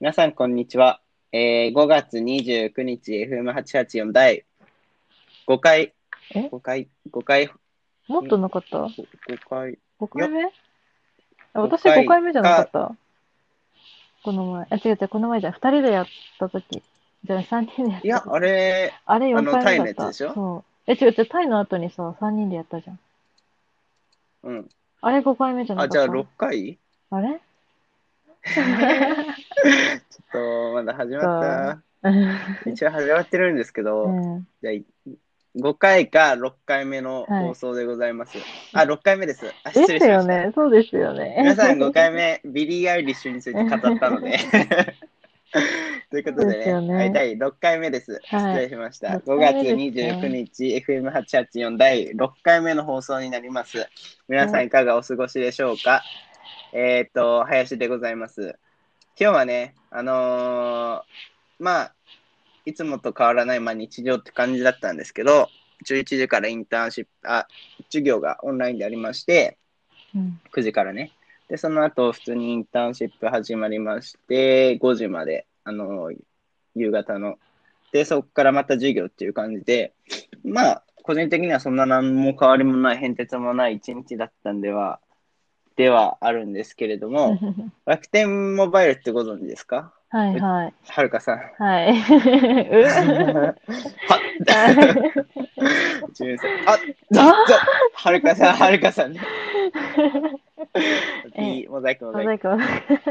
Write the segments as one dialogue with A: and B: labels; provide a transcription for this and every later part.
A: 皆さん、こんにちは。えー、5月29日、FM884 第5回、
B: え
A: 5回、5回、
B: もっとなかった
A: 5回、
B: ?5 回目あ
A: 五
B: 私
A: 回
B: 5回目じゃなかった。この前。あ、違う違う、この前じゃない。2人でやったとき。じゃあ3人でやった。
A: いや、あれ、
B: あれ
A: あ
B: 4
A: の
B: 回
A: タ
B: 目
A: イの
B: だ
A: や
B: っ
A: つで
B: た。
A: しょ
B: そう。え、違う違う、タイの後にさ、3人でやったじゃん。
A: うん。
B: あれ5回目じゃなか
A: あ、
B: っ
A: じ
B: た。
A: ゃあ6回
B: あれ
A: ちょっと、まだ始まっ
B: うん
A: た。一応始まってるんですけど、
B: うん
A: じゃあい、5回か6回目の放送でございます。あ、6回目です。あ、
B: で
A: 失礼
B: す
A: しま
B: よ
A: した。
B: ね。そうですよね。
A: 皆さん5回目、ビリー・アイリッシュについて語ったの で。ということで
B: ですよ
A: ね、
B: ね
A: はい第6回目です。
B: はい
A: 失礼しました。
B: 六
A: 5
B: 回
A: 月
B: 目です
A: 29
B: ね
A: 日、FM884 第6回目の放送になります。皆さんいかがお過ごしでしょうか、えっ、と、林でございます。今日はね、あのーまあ、いつもと変わらない、まあ、日常って感じだったんですけど、11時からインターンシップ、あ、授業がオンラインでありまして、
B: うん
A: 9時からね。で、その後、普通にインターンシップ始まりまして、5時まで、あの、夕方の。で、そこからまた授業っていう感じで、まあ、個人的にはそんな何も変わりもない、変哲もない一日だったんでは、ではあるんですけれども、楽天モバイルってご存知ですか
B: はいはい。
A: はるかさん。
B: はい。う
A: はっ自分さんあ
B: あ
A: ちょはるかさん、はるかさんね。
B: え
A: いいモザイク、モザイク
B: モザ。イクは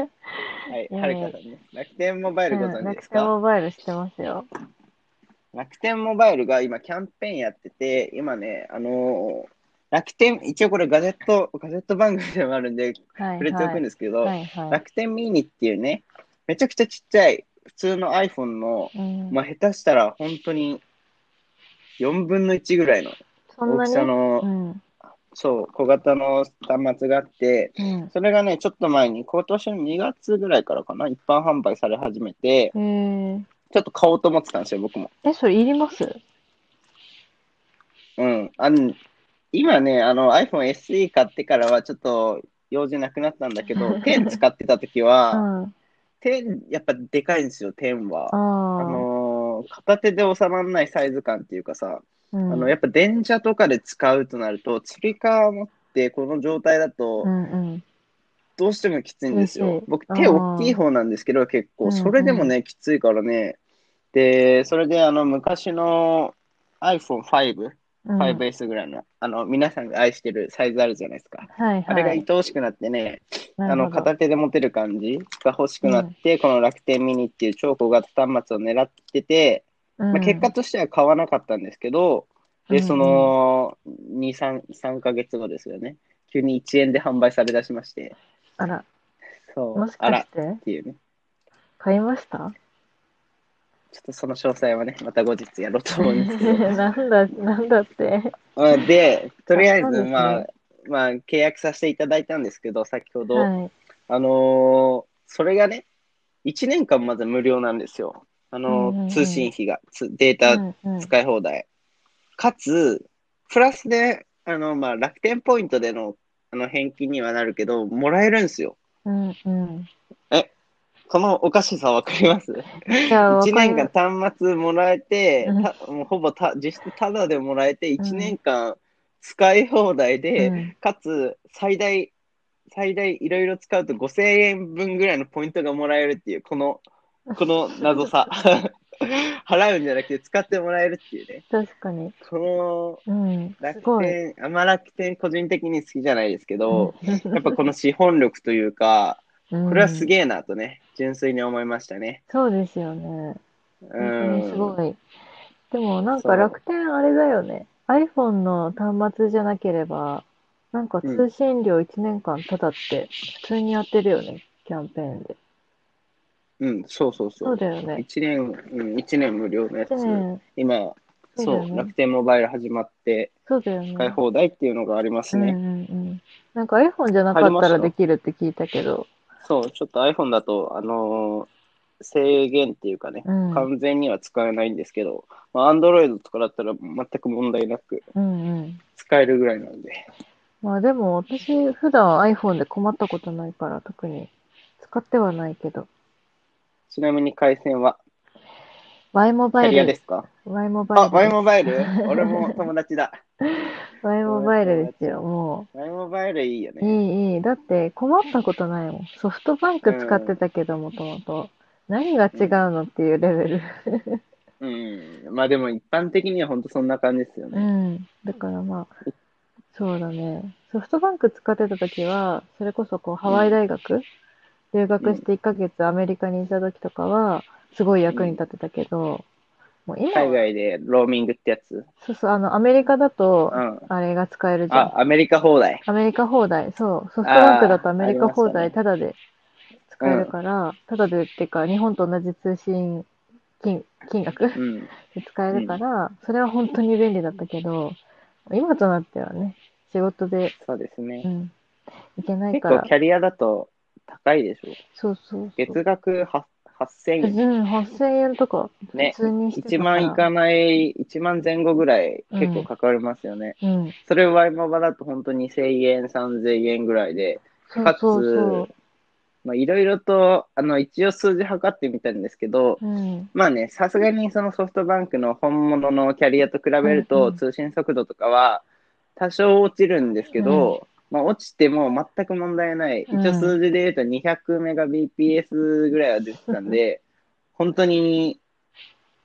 A: はい、
B: いや
A: はるかさんね。楽天モバイルご存知で
B: 楽
A: す
B: 天
A: か、
B: モバイル知ってますよ。
A: 楽天モバイルが今キャンペーンやってて、今ね、あのー楽天、一応これガジェット、ガジェット番組でもあるんで、
B: はい
A: 触れてお
B: は
A: くん
B: い。
A: ですけど、
B: はいは
A: 楽天ミニっていうね、めちゃくちゃちっちゃい、普通の iPhone の、
B: い。うん
A: まあ下手したら本当に4分の1ぐらいの
B: そん
A: 大
B: な
A: き
B: に
A: さの、
B: うん。
A: そう、小型の端末があって、
B: うん。
A: それがね、ちょっと前に、今年の2月ぐらいからかな、一般販売され始めて、
B: えー、
A: ちょっと買おうと思ってたんですよ、僕も。
B: え、それいります
A: うん。あの今ね、あの iPhone SE 買ってからはちょっと用事なくなったんだけど、10使ってた時
B: う
A: は、
B: ん。あ
A: 10やっぱでかいんですよ、10は。あ
B: あ。
A: のー片手で収まらないサイズ感っていうかさ、あ
B: あ
A: のやっぱ電車とかで使うとなると、つり革持ってこの状態だと
B: うんうん。
A: どうしてもきついんです
B: うんう
A: よ
B: ん。
A: 僕手大きい方なんですけど、結
B: う
A: 構
B: んうん
A: それでもね、きついからね。で、それであの昔の iPhone5
B: うん。はい
A: 5S ぐらいの、あの、皆さんが愛してるサイズあるじゃないですか。
B: はい。
A: あれが愛おしくなってね、あ
B: なる
A: の、
B: ほど
A: 片手で持てる感じが欲しくなって、この楽天ミニっていう超小型端末を狙ってて、まあ、結果としては買わなかったんですけど、
B: うん
A: で、その、2、3、3ヶ月後ですよね。急に1円で販売されだしまして、
B: うんあら、
A: そう、
B: もし
A: あ
B: からし
A: ってていうね。
B: 買いました
A: ちょっとその詳細はね、また後日やろうと思うんですけど。
B: なんだ、なんだって。
A: まあで、とりあえ
B: あそう
A: ず、
B: ですね
A: まあ、まあ、契約させていただいたんですけど、先ほど、
B: はい。
A: あのーそれがね、1年間まず無料なんですよ。あのー
B: うんうんうん
A: 通信費が、つデー
B: うんうん
A: タ使い放題。かつ、プラスで、あのまあ、楽天ポイントでのあの返金にはなるけど、もらえるんですよ。
B: うんうん。
A: このおかしさわかります
B: じゃあ、わ
A: 1
B: かり
A: 年間端末もらえて、
B: うん
A: たもうほぼた実質タダでもらえて、1年間使い放題で、
B: うん
A: かつ最大、最大いろいろ使うと5000円分ぐらいのポイントがもらえるっていう、こ の、この謎さ。 払うんじゃなくて使ってもらえるっていうね。
B: 確かに。
A: こ
B: うん。
A: の
B: す
A: 楽
B: ごい。
A: 天、あんま楽天個人的に好きじゃないですけど、やっ
B: こ
A: ぱこの資本力というか、これはす
B: え。
A: げえなとね、純粋に思いましたね。
B: そうですよね。
A: うん。
B: すごい。でもなん
A: そ
B: か
A: う
B: 楽天あれだよね。iPhone の端末じゃなければ、なんか通信料1年間ただって普通にやってるよね、キャンペーンで。
A: うん、そうそうそ
B: そう
A: う。
B: だよね。
A: 一年、うん、一年無料のやつ。
B: 1年、
A: 今、
B: そう
A: そ
B: だよ
A: う、
B: ね
A: 楽天モバイル始まって、
B: そうだよね。
A: 使い放題っていうのがあります
B: う
A: ね。
B: んうんうん。なんか iPhone じゃなかったらできるって聞いたけど。
A: そう、ちょっと iPhone だと、あのー制限っていうかね、
B: うん。うん
A: 完全には使えないんですけど、まあ、Android とかだったら全く問題なく
B: うん。
A: 使えるぐらいなんで。
B: まあでも私普段 iPhone で困ったことないから特に使ってはないけど。
A: ちなみに回線は、
B: Y モ
A: キ
B: バ
A: ャ
B: イ
A: リアで
B: ル。
A: すか
B: Y モバイ
A: あ、
B: ル。
A: Y モバイル俺も友達だ。
B: Y モバイルですよ、も
A: Y モバイルいいよ
B: う。い
A: ね。
B: い、いい。だって困ったことないもん。ソフトバンク使ってたけど、もともと。何が違うのっていうレベル。
A: うん。まあでも一般的には本当そんな感じですよ
B: う
A: ね。
B: ん。だからまあ、そうだね。ソフトバンク使ってた時は、それこそこうハワイ大学、留学して1ヶ月アメリカにいた時とかは、すごい役に立ってたけど、もう今
A: 海
B: は、
A: 外でローミングってやつ。
B: そうそう、あの、アメリカだと
A: う、ん。
B: あれが使えるじゃん。
A: あ、アメリカ放題。
B: アメリカ放題、そう、ソフトバンクだとアメリカ放
A: ありましたね
B: 題、ただで使えるから、ただでっていうか、日本と同じ通信金金額で
A: うん。
B: 使えるから、それは本当に便利だったけど、今となってはね、仕事で、
A: そうです
B: う
A: ね。
B: ん、いけない
A: 結
B: か
A: 構
B: ら
A: キ、ャリアだと高いでしょ。
B: そうそうそう。
A: 月額は8000円。
B: うん、8000円とか、
A: ね
B: 普通にし
A: 1
B: てたから、
A: 万いかない、1万前後ぐらい結構かかりますよね。
B: うん、
A: それをワイマバだと本当に1000円、3000円ぐらいで、
B: そうそうそう。
A: まあいろいろと、あの、一応数字測ってみたんですけど、
B: うん、
A: まあね、さすがにそのソフトバンクの本物のキャリアと比べる
B: うんう
A: と
B: ん
A: 通信速度とかは多少落ちるんですけど、まあ落ちても全く問題ない。
B: うん
A: 一応数字で言うと200メガ BPS ぐらいは出てたん で、本当に、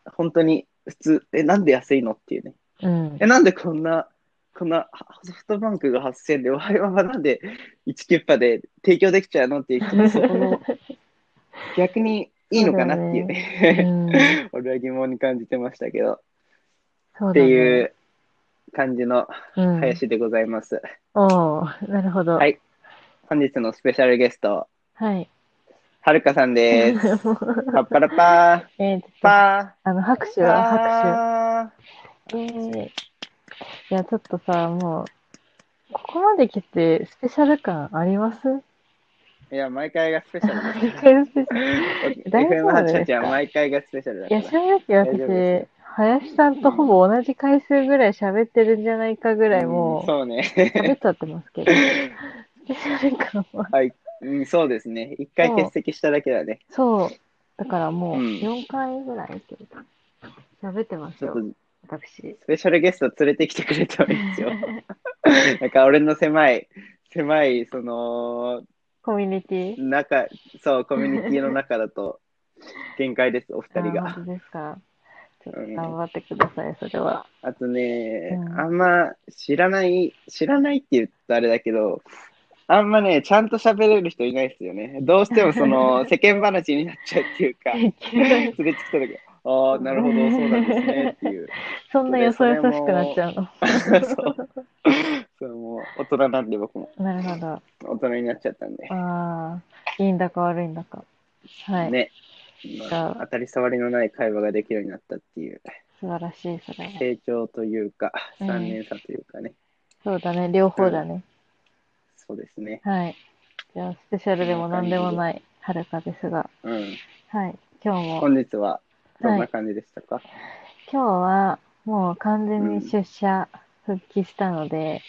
A: 本当に普通、え、なんで安いのっていうね。
B: うん
A: え、。なんでこんな、こんなソフトバンクが8000で、ワイワはなんで1キュッパで提供できちゃうのっていう、そこ の逆にいいのかなっていうね。
B: うん、
A: 俺は疑問に感じてましたけど、
B: そうだね
A: っていう感じの
B: うん
A: 林でございます。
B: おーなるほど。
A: はい本日のスペシャルゲスト、
B: はい。
A: はるかさん です。
B: もう
A: パッパラパー、
B: えー、あ
A: パ
B: の拍
A: ー、
B: 手は
A: は
B: 拍手。イエーイいや、ちょっとさ、もう、ここまで来てスペシャル感あります
A: いや、毎回がスペシャル
B: 毎回スペシャル
A: だ。
B: 大丈夫ですか
A: FM88 は毎回がスペシャルだ
B: いや、
A: か
B: 正直
A: 大丈夫で
B: 私、林さんとほぼ同じ回数ぐらい喋ってるんじゃないかぐら
A: ら。
B: いも
A: そう
B: う、喋
A: ね。
B: っちゃってますけど、スペシャル感は。
A: うん、そうですね。一回欠席しただけだね。
B: そう。だからもう、
A: うん
B: 4回ぐらい喋ってます
A: ちょっ
B: よ
A: と、
B: 私。
A: スペシャルゲスト連れてきてくれたらいい ですよ。なんか俺の狭い、狭い、その、
B: コミュニティ
A: 中、そう、コミュニティの中だ と、限界です、お二人
B: あ
A: が。
B: 本当ですか。ちょっと
A: うん
B: 頑張ってください、それは。
A: あとね、
B: うん
A: あんま知らない、知らないって言ったらあれだけど、あんまね、ちゃんと喋れる人いないですよね。どうしてもそ の、世間話になっちゃうっていうか、連れてきた時、ああ、なるほど、そうなんですね、って いう。
B: そんなよそよそしくなっちゃう
A: そう。そう、もう、大人なんで僕も、
B: の。なる ほど。
A: 大人になっちゃったんで。
B: ああ、いいんだか悪いんだか。はい。
A: ね。
B: じゃ
A: ま
B: あ
A: あ、当たり障りのない会話ができるようになったっていう。
B: 素晴らしい、それは。
A: 成長というか、
B: うん
A: 3年差というかね、
B: そうだね、両方だね。
A: そうですね。
B: はい。じゃあ、スペシャルでも何でもない、はるかですが。
A: うん、
B: はい。今日も、
A: 本日はどんな感じでしたか、
B: 今日は、もう完全に出社、復帰したので、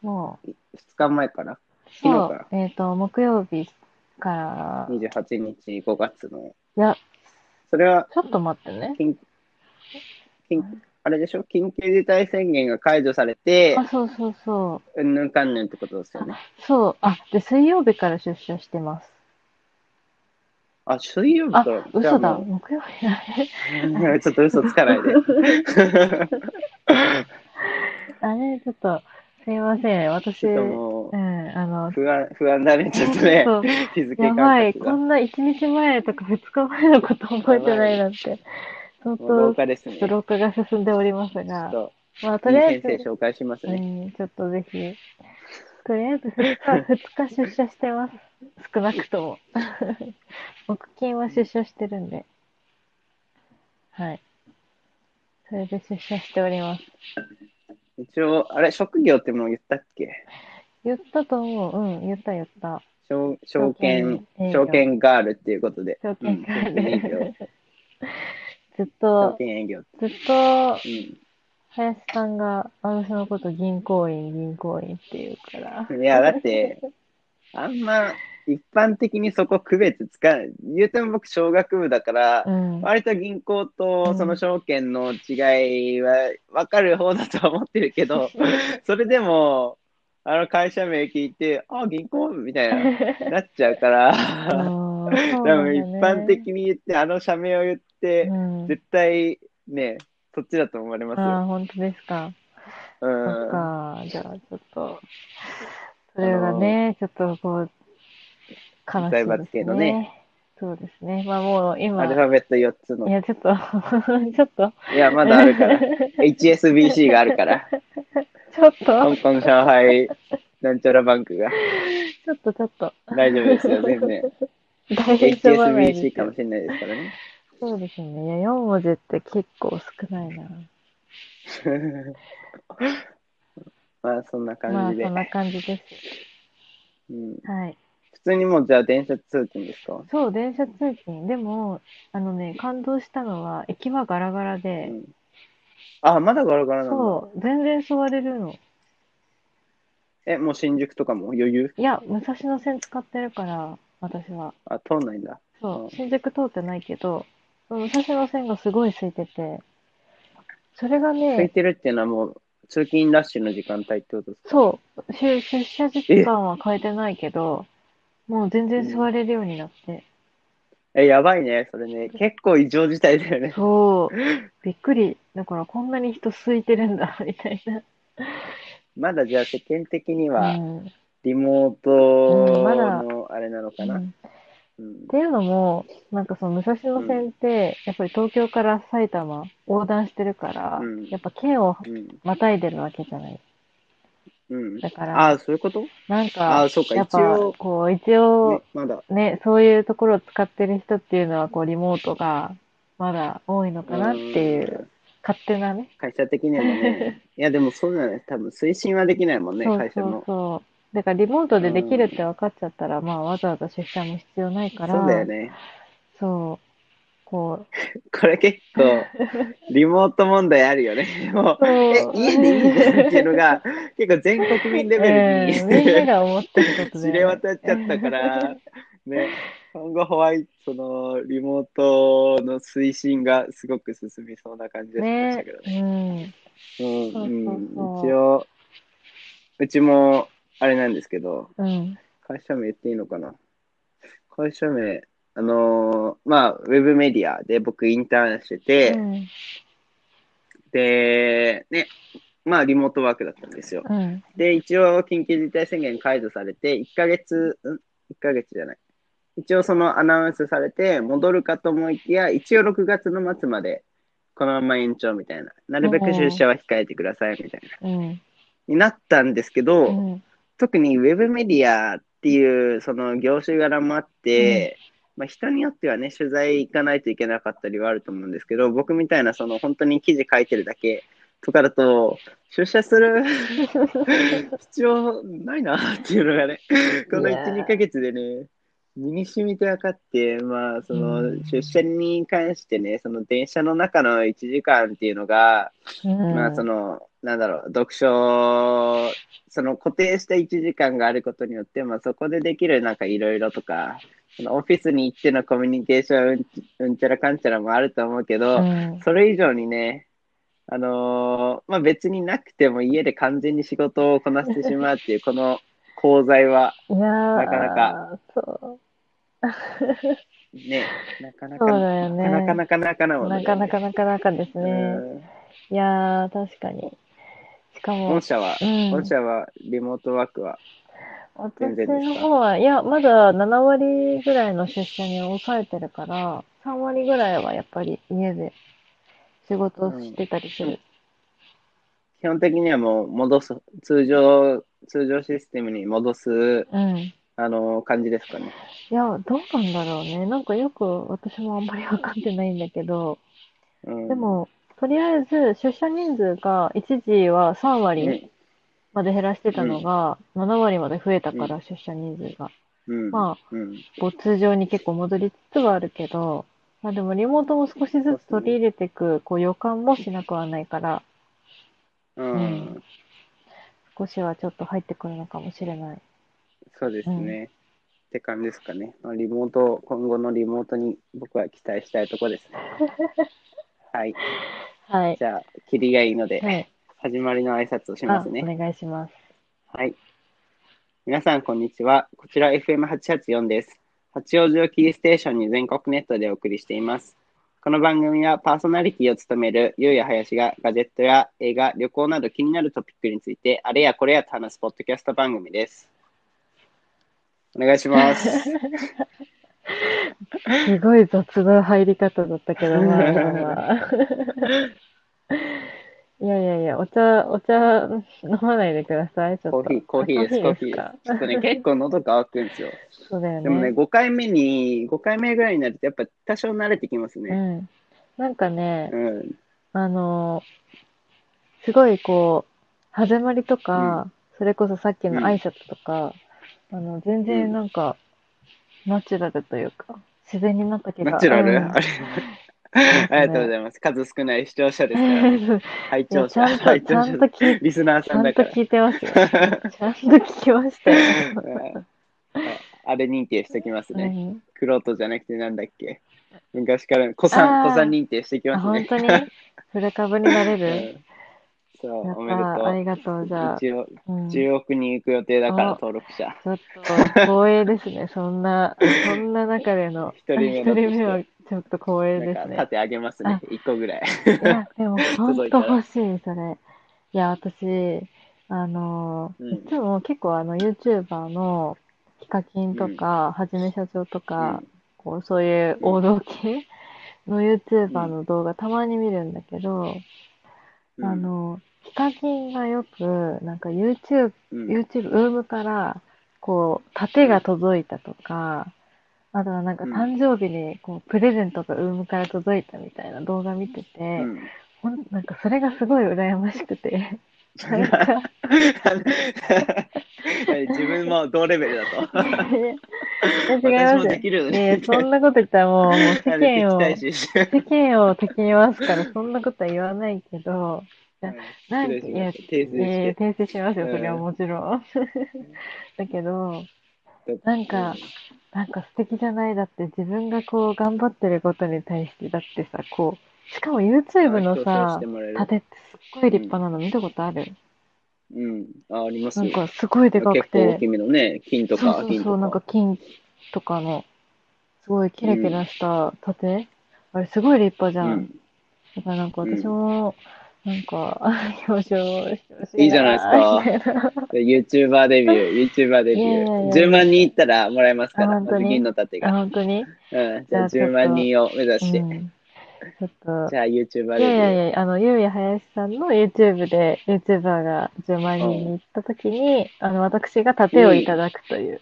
B: もう、
A: ?2 日前から、昨日
B: そ
A: か
B: う、えっと、木曜日から、い
A: 28日5月の、
B: や、
A: それは
B: ちょっと待ってね。
A: 緊緊あれでしょ緊急事態宣言が解除されて
B: あ、、そうそうそう。
A: うんぬんかんぬんってことですよね。
B: そう、あ、で、水曜日から出社してます。
A: あ、水曜日
B: あ
A: から、、
B: 嘘だ、
A: も
B: 木曜日だね。
A: う ちょっと嘘つかないで。
B: あれ、ちょっと、すいません、 私、
A: ちょっと
B: う、
A: もうん
B: あの、
A: 不安、不安だね、ちょっとね
B: そう、
A: 日付
B: や
A: 感
B: ばい、
A: 覚
B: こ
A: が。
B: んな1日前とか2日前のこと覚えてないなんて、
A: も
B: 相
A: う廊
B: 当、
A: 下です
B: ちょ
A: ね
B: っ。と老化が進んでおります
A: ちょっ
B: が、
A: と
B: まあ、と
A: いい
B: りあえ
A: 先生
B: ず、
A: 紹介します
B: う
A: ね。
B: ん、ちょっとぜひ、とりあえず2日、2日出社してます。少なくとも。 木金は出社してるんで。はい。それで出社しております。
A: 一応、あれ、職業ってもう言ったっけ
B: 言ったと思う。うん、言った言った。
A: 証証券、
B: 証券営業
A: 証券ガールっていうことで。
B: 証券ガ
A: うん
B: ール
A: 証券営業。
B: ずっ
A: 証
B: と、
A: 券営業。
B: ずっと、
A: う
B: 林さんが、私のこと銀行員、銀行員って言うから。
A: ん。いや、だって、あんま、一般的にそこ区別つかない。言うても僕、小学部だから、
B: うん。
A: 割と銀行と
B: うん
A: その証券の違いは分かる方だとは思ってるけ ど、それでも、あの会社名聞いて、あ、銀行みたいな、なっちゃう から、多分一般
B: に
A: 的に言って、あの社名を言って、
B: うん、
A: 絶対ね、そっちだと思われます
B: ああ、
A: よ。
B: 本当ですか。
A: う
B: そ
A: ん
B: っ。か。じゃあ、ちょっと、それがね、ちょっとこう、悲し
A: 財
B: いで
A: 閥
B: す
A: 系の
B: ね。そうですね。まあもう今、
A: アルファベット4つ
B: い
A: の。
B: や、ちょっと、 ちょっと、
A: いや、まだある から。HSBC があるから。
B: ちょっと、
A: 香港、上 海、なんちゃらバンクが。
B: ちょっと、ちょっと、
A: 大丈夫ですよ、全然。
B: 大丈夫ないです
A: HSBC かもしれないですからね。
B: そうですね。いや、4文字って結構少ないな。
A: まあ、そんな
B: まあ、
A: 感
B: そ
A: じで、
B: んな感じです。
A: うん。
B: はい。
A: 普通にもう、じゃあ、電車通勤ですか
B: そう、電車通勤。でも、あのね、感動したのは、駅はガラガラ
A: う
B: で、
A: ん。あ、まだガラガラなんだ。
B: そう、全然座れるの。
A: え、もう新宿とかも余裕
B: いや、武蔵野線使ってるから、私は。
A: あ、通んないんだ。、
B: そううん新宿通ってないけど、武蔵野線がすごい空いてて、それが
A: 空い
B: ね、
A: てるっていうのはもう、通勤ラッシュの時間帯ってことですか
B: そう、出出社時間は変えてないけど、もう全然座れるようになって。
A: え、やばいね、それね。結構異常事態だよね。
B: そう、びっくり。だからこんなに人空いてるんだ、 みたいな。
A: まだじゃあ世間的に
B: う
A: は、
B: ん
A: リモート
B: うんまだ
A: のあれなのか
B: う
A: な。
B: ん
A: うん
B: っていうのも、なんかその武蔵野線って、やっぱり東京から埼玉横断してるから、
A: うん
B: やっぱ県を
A: うん。
B: またいでるわけじゃない。
A: うん。
B: だから、
A: ああ、そういうこと
B: なん
A: あ
B: か
A: あ、、そうか、
B: やっ
A: 一
B: ぱ
A: 応、
B: こう、一応
A: ね、まだ。
B: ね、そういうところを使ってる人っていうのは、こう、リモートがまだ多いのかなっていうう、
A: ん。
B: 勝手なね。
A: 会社的には ね。いや、でもそうじゃない。多分推進はできないもんね、
B: そう
A: 会社
B: そう
A: も。
B: そう。だからリモートでできるって分かっちゃったら、まあわざわざ出社も必要ない
A: そ
B: か
A: う
B: ら、
A: だよね。
B: そう、こ
A: これ結 構、リモート問題あるよね。もう、
B: う、
A: え
B: そ、う
A: 家でいいんだっていうのが、結構全国民レベ
B: う
A: ル
B: んみんな
A: に
B: が思ってることで。
A: 知れ渡っちゃったから、ね、今後ホワイト、その、リモートの推進がすごく進みそうな感じがしました
B: ね
A: けどね。
B: うん。
A: うん、
B: そううそうそうん
A: 一応、うちも、あれなんですけど、
B: うん。
A: 会社名言っていいのかな会社名、あのーまあ、ウェブメディアで僕インターンしてて、
B: うん。
A: で、ね、まあ、リモートワークだったんですよ。
B: うん。
A: で、一応、緊急事態宣言解除されて、1ヶ月、ん ?1 ヶ月じゃない。一応、そのアナウンスされて、戻るかと思いきや、一応6月の末まで、このまま延長みたいな。なるべく出社は控えてください、みたいな。
B: うん。
A: になったんですけど、
B: うん。
A: 特にウェブメディアっていうその業種柄もあって、まあ、人によってはね取材行かないといけなかったりはあると思うんですけど僕みたいなその本当に記事書いてるだけとかだと出社する必要ないなっていうのがねこの
B: いやー
A: 12ヶ月でね身に染みて分かってまあその
B: うん
A: 出社に関してねその電車の中の1時間っていうのが
B: うん
A: まあそのなんだろう読書その固定した1時間があることによって、まあ、そこでできるなんかいろいろとかそのオフィスに行ってのコミュニケーションうんちうんちゃらかんちゃらもあると思うけど、
B: うん
A: それ以上にねあのーまあ別になくても家で完全に仕事をこなしてしまうっていう この功罪はい
B: やー
A: なかなか。
B: そう。
A: ねなかなか
B: そうだよね
A: なかなかなかなもんだ
B: な
A: よ
B: か
A: ね
B: なかなかなかですね。いやー、確かに。しか
A: うん
B: も
A: 本、社は、
B: うん
A: 本社はリモートワークは全然
B: 私
A: ですか
B: の方は、いや、まだ7割ぐらいの出社に抑えてるから、3割ぐらいはやっぱり家で仕事をしてたりする。
A: 基本的にはもう戻す、通常、通常システムに戻す、
B: うん。
A: あの感じですかね。
B: いや、どうなんだろうね。なんかよく私もあんまり分かってないんだけど、
A: うん、
B: でも、とりあえず出社人数が一時は3割
A: ね、
B: まで減らしてたのが、7割まで増えたから、出社人数が。
A: うん、
B: まあ、
A: うん、
B: こう通常に結構戻りつつはあるけど、まあでもリモートも少しずつ取り入れていく、こう予感もしなくはないから、
A: うん、
B: うん少しはちょっと入ってくるのかもしれない。
A: そうですね。って感じですかね。まあリモート、今後のリモートに僕は期待したいとこです ね。はい。
B: はい。
A: じゃあ、切りがいいの
B: は
A: で、
B: い。
A: 始まりの挨拶をしま
B: あ、
A: すね。
B: お願いします。
A: はい。皆さん、こんにちは。こちら FM884 です。八王子をキーステーションに全国ネットでお送りしています。この番組はパーソナリティを務めるゆうやはやしがガジェットや映画、旅行など気になるトピックについてあれやこれやと話すポッドキャスト番組です。お願いします。
B: すごい雑な入り方だったけど、まあまあ まあいやいやいや、お茶、お茶飲まないでください、ちょ
A: コ
B: っと。
A: ーヒー、コーヒーです、コ
B: あ
A: ーヒー
B: か。
A: ちょっとね、結構喉乾くんですよ。
B: そうだよ
A: でもね、
B: ね。
A: 5回目に、5回目ぐらいになると、やっぱ多少慣れてきます
B: う
A: ね。
B: ん。なんかね、
A: うん。
B: あのーすごいこう、始まりとか、それこそさっきの挨拶とか、あの、全
A: う
B: 然
A: ん
B: なんか、ナチュラルというか、自然になった気が。
A: ナチュラル、
B: うん
A: あれ。ありがとうございます。数少ない視聴者ですから、 拝
B: いや
A: 聴
B: ちゃ
A: 者、
B: んと、
A: 拝
B: ち
A: 聴
B: ゃ
A: 者
B: んと、聞い
A: リスナー
B: ち
A: さ
B: ゃ
A: ん
B: ん
A: だ
B: と
A: から。
B: 聞いてますよ。ちゃんと聞きましたよ。
A: うんあれ認定してきますね。
B: 何
A: クロートじゃなくてなんだっけ。昔からの、子さ
B: あ
A: ん、
B: ー
A: 子さん認定してき
B: あ、
A: ます
B: 本
A: ね。
B: 当に古株になれ
A: う
B: る
A: ん そう、
B: やっ
A: おめ
B: た、ありがとう、
A: で
B: じゃ
A: とう。
B: あ。
A: 一応、
B: うんち
A: 10億人行く予定だから、
B: あ
A: 登録者。
B: ょっと光栄ですね。 そんな、そんな中での
A: 一人目
B: 一
A: だとして
B: 人目はちょっと光
A: な
B: 栄
A: ん
B: で
A: か
B: すね。
A: 立て上げますね
B: あ。
A: 1個ぐらい。
B: いや、でも
A: 届
B: 本
A: いた
B: 当
A: ら
B: 欲しい、それ。いや、私、あの、
A: うん
B: いつも結構あの、YouTuber の、ヒカキンとか、はじめ社長とか、こう、そういう王道系の YouTuber の動画たまに見るんだけど、
A: うん
B: あ、の、ヒカキンがよく、なんか YouTube、
A: うん
B: YouTube、ウームから、こう、盾が届いたとか、あとはなんか
A: うん
B: 誕生日に、こう、プレゼントがウームから届いたみたいな動画見て
A: う
B: て、
A: ん
B: ほんなんかそれがすごい羨ましく て、なんか、
A: 自分も同レベルだと。
B: い
A: 私も
B: や違います
A: で
B: よ。
A: きるの
B: いやい
A: に
B: や、そんなこと言ったら もう、もう世
A: なんで
B: 間を、
A: 敵対視して
B: 世間を敵に回すから、そんなことは言わないけど、なんか、
A: 失礼し
B: い
A: ま
B: や、
A: した訂正して
B: いやいや訂正しますよ、それは
A: うん
B: もちろん。 だけど、なんか、なんか素敵じゃないだって、自分がこう、頑張ってることに対して、だってさ、こう、しかも YouTube のさ、
A: 縦、
B: 盾ってすっごい立派なの見たことある
A: うん、ああります
B: な
A: よ
B: んかすごいでかく
A: 結構大
B: て
A: き。めのね、金と
B: そう
A: か
B: そう
A: 銀
B: そう、なん
A: と
B: か
A: か。
B: 金とかの、すごいキラキラした盾、あれすごい立派じゃん。
A: うん
B: だからなんか
A: うん
B: 私も、なんか、 表彰してほしい
A: いいじゃ ない
B: ですか。
A: で YouTuber デビ ュー、YouTuber デビ
B: いやい
A: ュ
B: やい
A: ー。
B: や
A: 10万人いったらもらえますか
B: あ
A: ら、
B: 本
A: ま
B: 当
A: ず
B: に
A: 銀の盾
B: あ、
A: が。
B: 本当に
A: うん、じゃあ
B: じゃ
A: 10
B: あちょっと
A: 万人を目指
B: う
A: して。
B: ん。ちょっ
A: じゃあ YouTuber
B: と、
A: デ
B: い
A: ビ
B: や
A: ュ
B: いや
A: ー。
B: いや、あの、ゆうやはやしさんの YouTube で、YouTuber が10万人に行った時に、あの、私が盾をいただくと いう。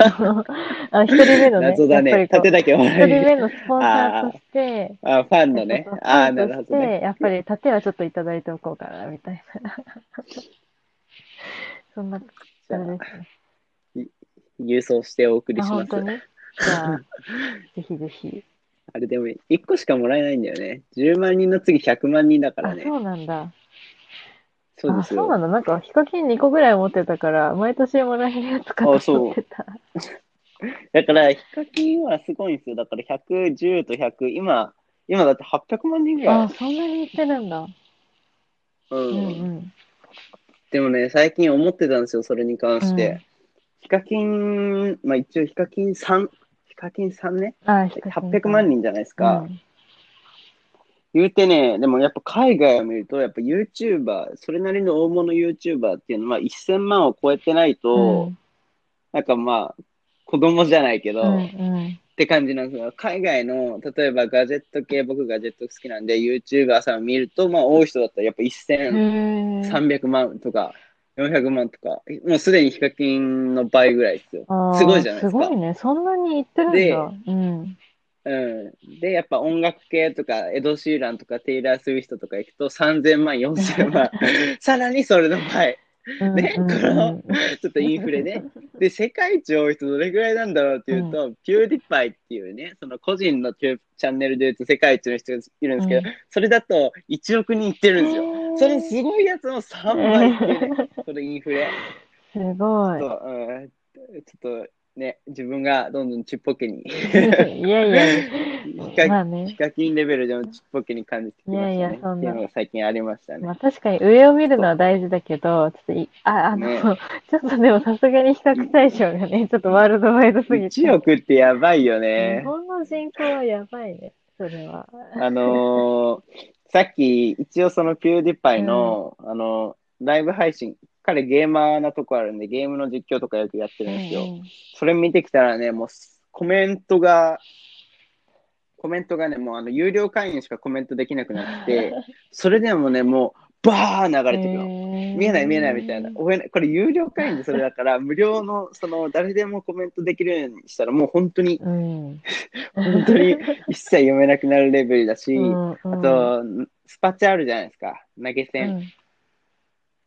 B: あの、一人目のね、
A: 謎だ
B: やっ
A: ね。
B: ぱりこう
A: 盾だけもら
B: 一人
A: える。
B: 目のスポンサーとして、
A: あ、ファンのね
B: そうそう。
A: ああ、
B: ファ
A: な
B: ンと
A: るほ
B: し
A: どね。
B: て、やっぱり盾はちょっといただいておこうかな、みたいな。 そんな、そ
A: じゃ
B: れ
A: あ
B: ですね。
A: 郵送してお送り
B: あ、
A: しま
B: 本
A: す。
B: 当にじゃ あ、ぜひぜひ。
A: あれでも1個しかもらえないんだよね。10万人の次100万人だから
B: あ、
A: ね。
B: そうなんだ。
A: そうで
B: あ、
A: す
B: そう
A: よ。
B: なんだ。なんか、ヒカキン2個ぐらい持ってたから、毎年もらえるやつかと
A: あそう
B: 思ってた。
A: だから、ヒカキンはすごいんですよ。だから110と100、今、今だって800万人ぐら
B: あ
A: い。、
B: そんなに言ってるんだ。
A: う。
B: うんん
A: でもね、最近思ってたんですよ、それに関
B: う
A: し
B: ん。
A: て。ヒカキン、まあ一応ヒカキン3、ヒカキン3ね。
B: うん。あ、ヒカキン
A: 800万人じゃないですか。
B: うん
A: 言うてね、でもやっぱ海外を見ると、やっぱ YouTuber、それなりの大物 YouTuber っていうのは1000万を超えてないと、なんかまあ、子供じゃないけど、
B: うんう
A: っ
B: ん
A: て感じなんですよ。海外の、例えばガジェット系、僕ガジェット好きなんで、YouTuber さんを見ると、まあ多い人だったらやっぱ
B: う
A: 1300
B: ん。へー
A: 万とか、400万とか、もうすでにヒカキンの倍ぐらいですよ。すごいじゃないですか
B: あーすごいね。そんなに言ってるんだ。
A: で
B: うん。
A: うん。で、やっぱ音楽系とか、エド・シーランとか、テイラー・スウィフトとか行くと3000万、4000万。 さらにそれの前。ね
B: うんうんうん
A: ちょっとインフレ ね。で、世界一多い人どれぐらいなんだろうっていうと、ピューディパイっていうね、その個人のチュチャンネルで言うと世界一の人がいるんですけど、
B: うん
A: それだと1億人いってるんですよ。
B: へー
A: そのすごいやつの3倍っていうね、そのインフレ。
B: すごい
A: そう、うん、ちょっとね、自分がどんどんちっぽけに、
B: いやいや、
A: ヒ カ
B: まあね
A: ヒ。カキンレベルでもちっぽけに感じてきましたね。
B: いやいやそんな
A: っていうのが最近ありましたね。
B: まあ確かに上を見るのは大事だけど、ちょっとい、あ、あの、
A: ね
B: ちょっとでもさすがに比較対象がね、ちょっとワールドワイドすぎて。
A: 1億ってやばいよね
B: 日。本の人口はやばいね、それは。
A: あのーさっき、一応そのピューディパイの、あのーライブ配信、彼ゲーマーなとこあるんで、ゲームの実況とかよくやってるんですよ。
B: うんうん
A: それ見てきたらね、もうコメントが、コメントがね、もうあの有料会員しかコメントできなくなって、それでもね、もうバーン流れてくの。見えない見えないみたいな。追えないこれ有料会員でそれだから、無料の、その、誰でもコメントできるようにしたら、もう本当に、
B: うん。
A: 本当に一切読めなくなるレベルだし、
B: うんうん
A: あと、スパチャあるじゃないですか。投げ
B: う
A: 銭、
B: ん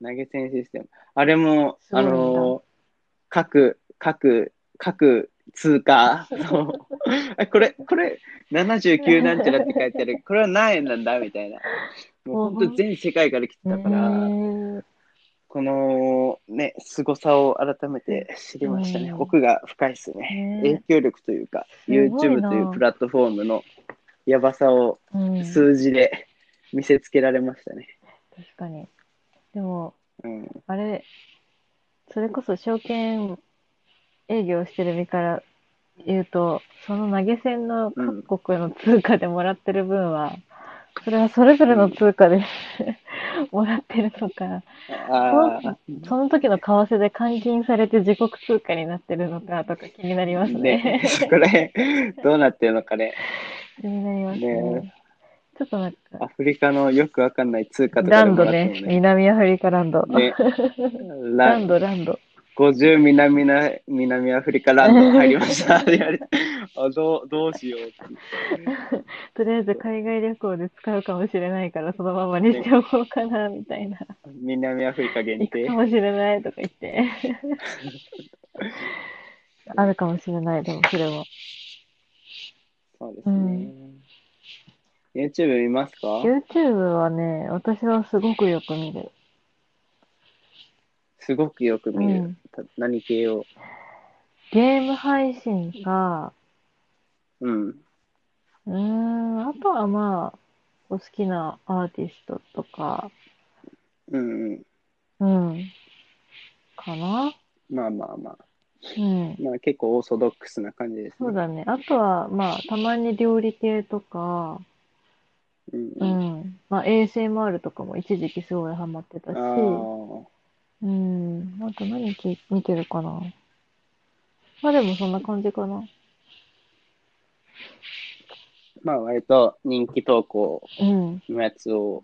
A: 投げ銭システム。あれも、
B: すご
A: あ
B: いんだ
A: の、各、各、各通貨の、あ これ、これ、79なんちゃらって書いてあ る、これは何円なんだみたいな。もう本当全世界から来てたから、
B: ね
A: このね、凄さを改めて知りましたね。
B: うん
A: 奥が深いですね。
B: え
A: 影響力というか、
B: すごいな
A: YouTube というプラットフォームのやばさを
B: うん、確
A: 数字で見せつけられましたね。
B: かに。でも、
A: うん、
B: あれ、それこそ証券営業してる身から言うと、その投げ銭の各国の通貨でもらってる分は、それはそれぞれの通貨で もらってるのか、
A: ああ、
B: その時の為替で換金されて自国通貨になってるのかとか気になります
A: ね
B: ね。、
A: そこら辺、どうなってるのかね。
B: 気になります
A: ね
B: ね。ちょっとなんか、
A: アフリカのよくわかんない通貨とか
B: ラ
A: で
B: ン
A: も
B: ド
A: らっても
B: ね。南アフリカランド。
A: ね。
B: ラ
A: ラ
B: ン
A: ンド。
B: ド、ランド。
A: 50南な、南アフリカランド入りました。っ て言われてあどう、どうしようって。
B: とりあえず海外旅行で使うかもしれないから、そのままにしておこうかな、みたいな。
A: 南アフリカ限
B: 行く
A: 定
B: か。もしれないとか 言って。あるかもしれない、でもそれも。
A: そうですね。
B: うん
A: YouTube 見ますか
B: YouTube はね、私はすごくよく見る。
A: すごくよく見る。
B: うん
A: た何系を。
B: ゲーム配信か、
A: うん。
B: うーん、あとはまあ、お好きなアーティストとか、
A: うんうん。
B: うん、かな。
A: まあまあまあ。
B: うん。
A: まあ結構オーソドックスな感じですね。
B: そうだね。あとは、まあ、たまに料理系とか、
A: うん
B: う。ん。まあ、ASMR とかも一時期すごいハマってたし、
A: あ
B: うん。あと何き見てるかな。まあでもそんな感じかな。
A: あ。まあ割と人気投稿
B: うん。
A: のやつを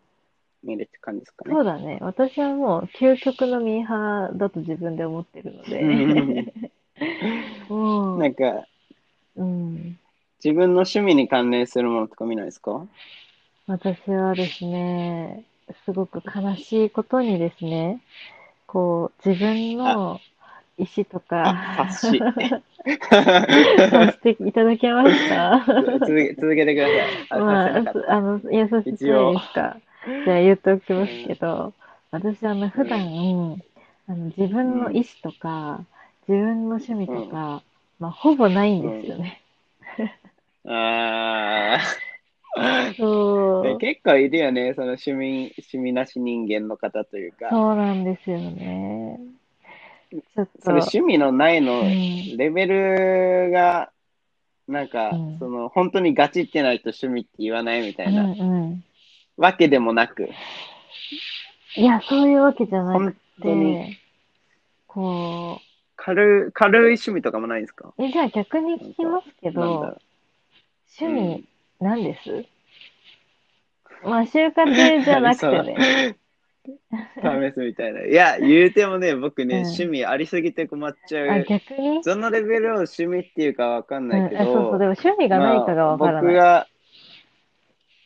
A: 見るって感じですかね
B: そう。だね。私はもう究極のミーハーだと自分で思ってるので。もう
A: なんか
B: うん。
A: 自分の趣味に関連するものとか見ないですか
B: 私はですね、すごく悲しいことにですね、こう、自分の石とか、
A: あ、 冊子。
B: させていただけ ました。
A: 続け続けてください。あ、さ
B: ま
A: せ
B: あ
A: なかっ、
B: あの、いや、させていただいですか。じゃあ言っておきますけど、私、あの、普段、あの、自分の意思とか、自分の趣味とか、まあ、ほぼないんですよね。
A: たあー。
B: そう、
A: で結構いるよね、その趣味、趣味なし人間の方というか、
B: そうなんですよね。ちょっ
A: それ
B: と、
A: 趣味のないうの
B: ん、
A: レベルが、なんか、
B: うん
A: その、本当にガチってないと趣味って言わないみた
B: う、
A: いなん
B: うん。
A: わけでもなく、
B: いや、そういうわけじゃな
A: 本
B: く
A: 当に
B: て、こ
A: 軽い、軽い趣味とかもないんですか
B: う、え、じゃあ逆に聞きます
A: な
B: け
A: んだ
B: ど、
A: ろう
B: 趣味、なんですまあ、就活じゃなく てね。
A: う、試すみたいな。いや、言うてもね、僕ね、
B: うん
A: 趣味ありすぎて困っちゃ
B: あ、
A: う。
B: 逆に
A: そのレベルを趣味っていうかわかん
B: うん、
A: ないけ
B: あ、そうそう。
A: ど
B: で、も趣味がないかがわから
A: まあ僕
B: ない。
A: が、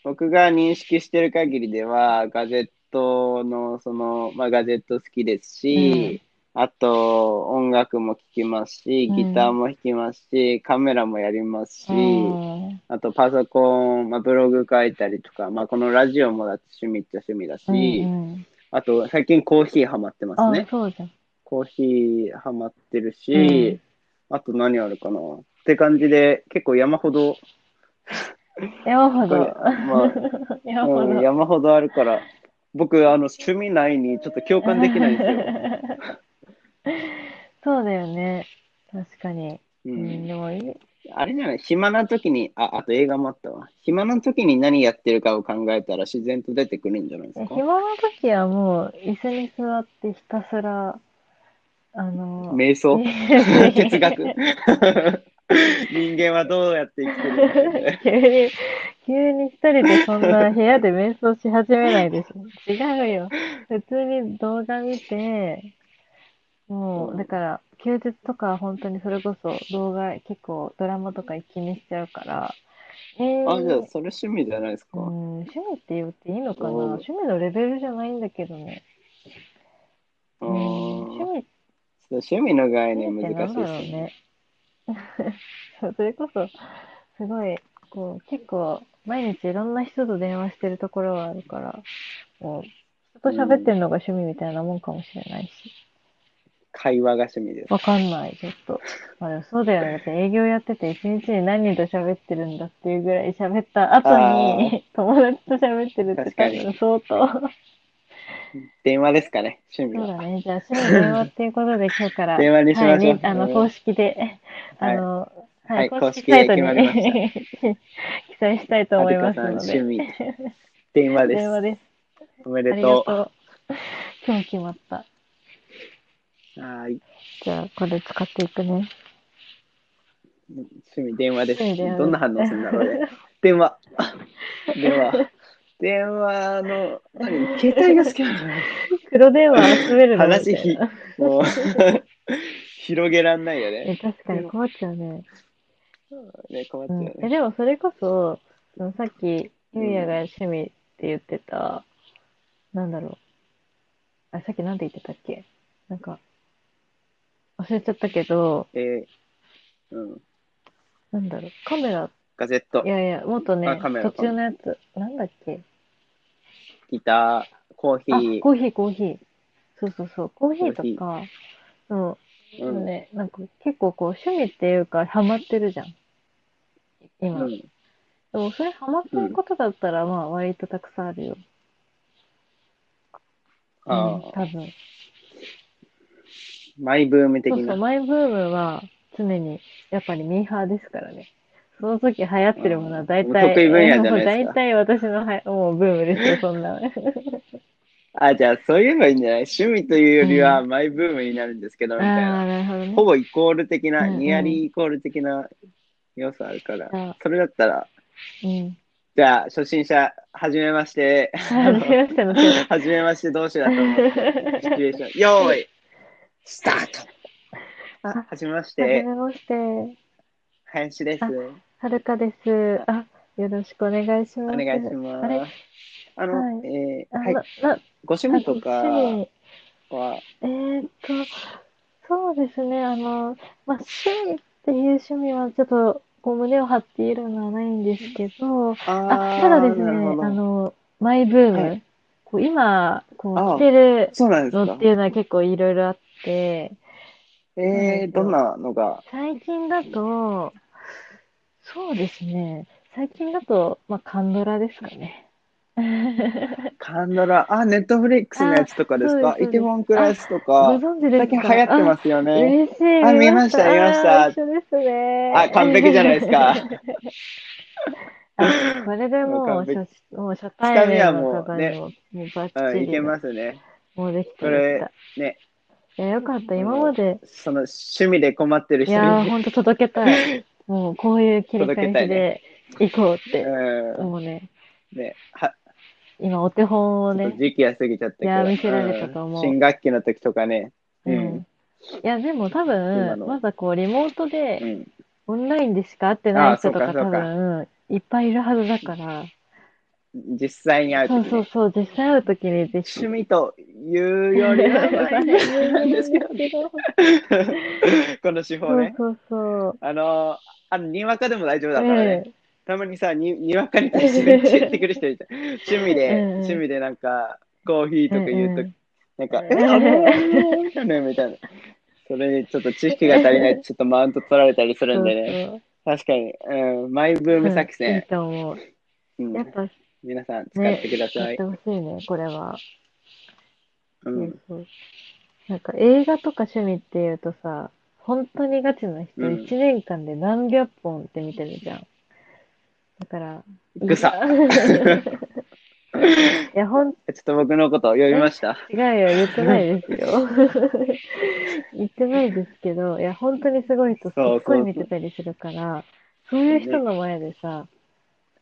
A: 僕が認識してる限りでは、ガジェットの、その、まあ、ガジェット好きですし、あと、音楽も聴きますし、
B: うん
A: ギターも弾きますし、カメラもやりますし、
B: うん
A: あと、パソコン、まあ、ブログ書いたりとか、まあ、このラジオもだって趣味っちゃ趣味だし、
B: うんうん。
A: あと、最近コーヒーハマってます
B: あ
A: ね、。
B: そうじゃん。
A: コーヒーハマってるし、
B: うん
A: あと何あるかなって感じで、結構山ほど、
B: 山ほど。
A: まあ、
B: 山ほ
A: うん
B: ど。
A: 山ほどあるから、僕、あの、趣味ないにちょっと共感できないんですよ。
B: そうだよね。確かに。
A: う
B: うんん、でもいい。
A: あれじゃない暇な時に、あ、あと映画もあったわ。暇な時に何やってるかを考えたら自然と出てくるんじゃないですか。
B: 暇の時はもう椅子に座ってひたすら、あの、
A: 瞑想 哲学人間はどうやって生きてるのか
B: 急に、急に一人でそんな部屋で瞑想し始めないでしょ。違うよ。普通に動画見て、も
A: うん
B: う、だから、休日とかは本当にそれこそ動画結構ドラマとか一気にしちゃうから、え ー
A: あ、じゃあ、それ趣味じゃないです
B: うん
A: か。、
B: 趣味って言っていいのかな
A: うん
B: 趣味のレベルじゃないんだけどね。
A: う
B: うん
A: ん
B: 趣味
A: 趣味の概念
B: って
A: 難
B: な
A: し
B: ん
A: いで
B: だろ
A: す
B: う
A: よね。
B: ね。そうそれこそ、すごい、こう、結構、毎日いろんな人と電話してるところはあるから、もう、人と喋ってるのが趣味みたいなもんかもしれないし。
A: 会話が趣味です。
B: わかんない、ちょっと。まあでもそうだよね。だって営業やってて一日に何人と喋ってるんだっていうぐらい喋った後に、 友達と喋ってるって
A: 確か
B: 多
A: に
B: 分相当。
A: 電話ですかね、趣
B: そ
A: 味
B: う
A: は。
B: だね。じゃあ、趣味電話っていうことで、今日から、
A: 電話にしましょう
B: はいにあの、
A: うん
B: 公式で、
A: はい
B: あの、
A: はい
B: 公式サイトに
A: 公式で決まりま
B: 記載したいと思います
A: さん
B: の
A: 趣
B: で、
A: 味。 電話で
B: 電話
A: す。
B: です。
A: おめ
B: あ
A: で
B: りが
A: と
B: とう。今日決まった。
A: う。はい。
B: じゃあ、これ使っていくね。
A: 趣味電話です。
B: 趣味電話
A: どんな反応するんだろうね。電話。電話。電話の、何携帯が好き なの
B: 黒電話集めるのみた
A: 話
B: い
A: ひ
B: な。、
A: もう、 広げらんないよ
B: え、
A: ね。
B: 確かに困っちゃうね。
A: ね、困っち
B: う、
A: ゃうん
B: え
A: ね。
B: でもそれこそ、そのさっき、ゆうやが趣味って言ってた、なんだろう。あ、さっきなんて言ってたっけなんか、忘れちゃったけど、
A: えー、うん。
B: なんだろう。カメラ、
A: ガジェット
B: い、やいや、もっとね
A: あカ、メラ
B: 途中のやつ、なんだっけ
A: ギター、コーヒ
B: あ、
A: ー。
B: コーヒー、コーヒー。そうそうそう、コーヒ
A: コーヒ
B: ーとか、うん、
A: う
B: でも
A: ん。
B: ね、なんか結構こう、趣味っていうか、ハマってるじゃん。
A: う
B: 今。で
A: ん
B: もそれハマってることだったら、まあ、割とたくさんあるよ。うん、
A: あ
B: 多
A: あ、
B: 分。
A: マイブーム的
B: そうそう、
A: な。
B: マイブームは常にやっぱりミーハーですからね。その時流行ってるものは大体、
A: 得意分野じゃないですか
B: もう大体私のはもうブームですよ、そ んな。
A: あ、じゃあ、そう言えばいいんじゃない趣味というよりは、マイブームになるんですけど、みたい
B: あ
A: な
B: あ、。なるほどね
A: ほ。ぼイコール的な、
B: うんうん
A: ニアリーイコール的な要素あるから、
B: あ
A: それだったら、
B: うん。
A: じゃあ、初心者、はじめま して、
B: はじめましての人
A: はじめまして同士だと思って、シチュエーション、用意、スタートあ、はじめまし
B: はじめ
A: て、
B: まして。
A: 林です。お
B: はるかです。あ、よろしくお願いします。
A: 願いし
B: あれ
A: ます。あの、
B: はい
A: え
B: あ
A: ー、はい
B: な、、な、
A: ご趣味とかは、
B: 趣味えーっと、そうですね、あの、まあ、趣味っていう趣味はちょっと、こう胸を張って言えるのはないんですけど、
A: あ
B: あ、
A: ー
B: ただですね、
A: な
B: あ
A: るほど
B: の、マイブーム、
A: はい
B: こう今、こ
A: あ
B: う、着てる
A: そうなんです
B: のっ
A: か
B: て。いうのは結構いろいろあって、
A: えー、どんなのが、
B: 最近だと、そうですね、最近だと、まあ、カンドラですかね。
A: カンドラ、あ、ネットフリックスのやつとかです
B: あ
A: か
B: そうです
A: イ
B: そうです
A: テウォンクラスと
B: ご
A: か、
B: 存知で
A: 最
B: す
A: 近流
B: か
A: 行ってますよ
B: あ、
A: ね。
B: 嬉しい、
A: あ見
B: 見
A: ました見ました
B: あー一緒ですね。
A: あ、完璧じゃないですか。
B: あこれでもう
A: もう完璧
B: 初、もう初対面の方にも、もうバッ
A: う
B: チ
A: ん、い
B: リ
A: け
B: な、
A: ますね。
B: もうできて
A: これ
B: まし
A: ね、
B: た。いや、よかった。今まで、
A: その趣味で困ってる
B: い
A: 人
B: やー、
A: に、
B: ほんと届けたい。もう、こういう切り返しで行こうって。
A: う
B: もうね、
A: ん、ね、は、
B: 今、お手本を
A: ちょっ
B: ね
A: と、時期は過ぎちゃったけど、
B: いや見せられたと思うん
A: 新学期の時とかね、う
B: うんん。いや、でも多
A: 今
B: 分、
A: の
B: まだこう、リモート
A: う
B: で、
A: ん、
B: オンラインでしか会ってない人と
A: あー
B: か
A: そうか
B: 多分、いっぱいいるはずだから、
A: 実際に会う時
B: そう
A: ね
B: そうそう、実際会うときにぜひ
A: 趣。味というより は、まあいいんですけどこの手法
B: そう
A: ね。
B: そうそう。
A: あのー、あの、にわかでも大丈夫だからね。
B: え
A: たまにさ、に、にわかに対してめっちゃ言ってくる人いた。趣味で、
B: うんうん
A: 趣味でなんか、コーヒー
B: え
A: とか言うと、
B: うんうん
A: なんか、
B: うん
A: え、あれあれあれあれあれみたいな。それにちょっと知識が足りないとちょっとマウント取られたりするんでね。
B: そう
A: 確かに、うん、マイブー
B: そう
A: ム作
B: うんいい
A: 戦、
B: と思う。
A: うん
B: やっぱ、
A: 皆さん使
B: ね、
A: ってくださ
B: や
A: い
B: って。ほしいね、これは。
A: う
B: そ
A: ん
B: うそうなんか映画とか趣味っていうとさ、本当にガチな人、
A: うん
B: 1年間で何百本って見てるじゃん。だから、
A: グサ
B: いや、ほん、
A: ちょっと僕のこと呼びました。
B: 違うよ、言ってないで すよ。言ってないですけど、いや、本当にすごい人、すっ
A: そう
B: ごい
A: そう
B: 見てたりするから、そういう人の前でさ、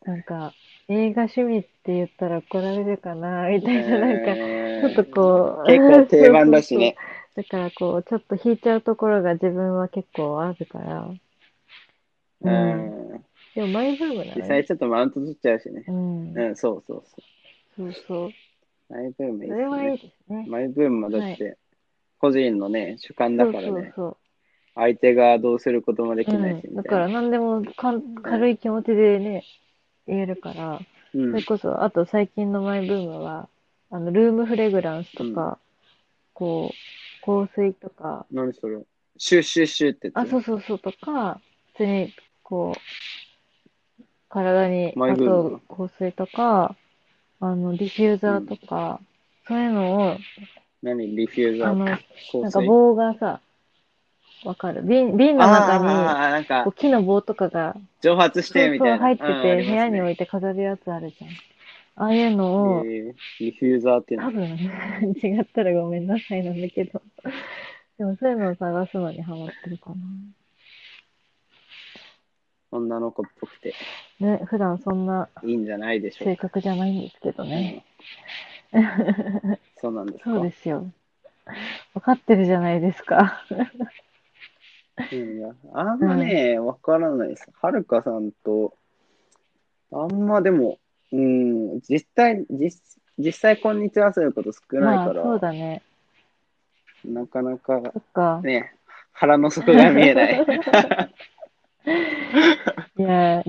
B: なんか、映画趣味って言ったら怒られるかな、みたいな、なんか、ちょっとこう、
A: 結構定番だしね
B: そうそうそう。だからこう、ちょっと引いちゃうところが自分は結構あるから。
A: う
B: うん。
A: ん、
B: でもマイブームだ
A: 実
B: ね
A: 際。ちょっとマウント取っちゃうしね。
B: うん。
A: うん、そうそうそ
B: そうそう。
A: う。マイブームいい
B: そ
A: っ
B: れはいい
A: す
B: ですね
A: ね。。マイブームもだって、個人のね、主観だからね、
B: そうそう
A: 相手がどうすることもでき
B: そう。
A: ないし、
B: うん。
A: み
B: だ
A: たい
B: か
A: な。
B: ら何でもかん軽い気持ちでね、言えるから。
A: うん
B: それこそ、あと最近のマイブームは、あの、ルームフレグランスとか、こう、香水とか、
A: 何それシュッシュッシュッって言
B: あ、
A: って
B: そうそうそうとか、普通に、こう、体に、
A: マイ
B: あ
A: ブーム
B: と香水とか、あの、ディフューザーとか、そういうのを、
A: 何ディフューザ
B: あ
A: ー
B: の、なん
A: 香
B: か
A: 水
B: 棒がさ、わかる。瓶、瓶の
A: あ
B: 中に、
A: ーなん
B: こ
A: か
B: う木の棒とかが、
A: 蒸発し
B: そう
A: て
B: そう
A: みたいな。
B: 入って
A: うん
B: て、部屋に置
A: い
B: いて飾るやつあるじゃん。ああいうのを、
A: えーディフューザーっていう
B: 多
A: の。
B: 分、 違ったらごめんなさいなんだけど。でもそういうのを探すのにハマってるか
A: 女の子っぽくて
B: な。ね、普段そんない
A: いんじゃないでしょ
B: 性
A: うか。
B: 格じゃないんですけどね。
A: うんそうなんですか。
B: そうですよ。分かってるじゃないですか。
A: うんいやあんまね、わからないです。はるかさんと、あんまでも、うん、実際、実実際、こんにちはすること少ない
B: ま
A: か
B: あ、
A: ら、
B: そうだね。
A: なかなか
B: そっ か。
A: ね、腹の底が見えない
B: いや、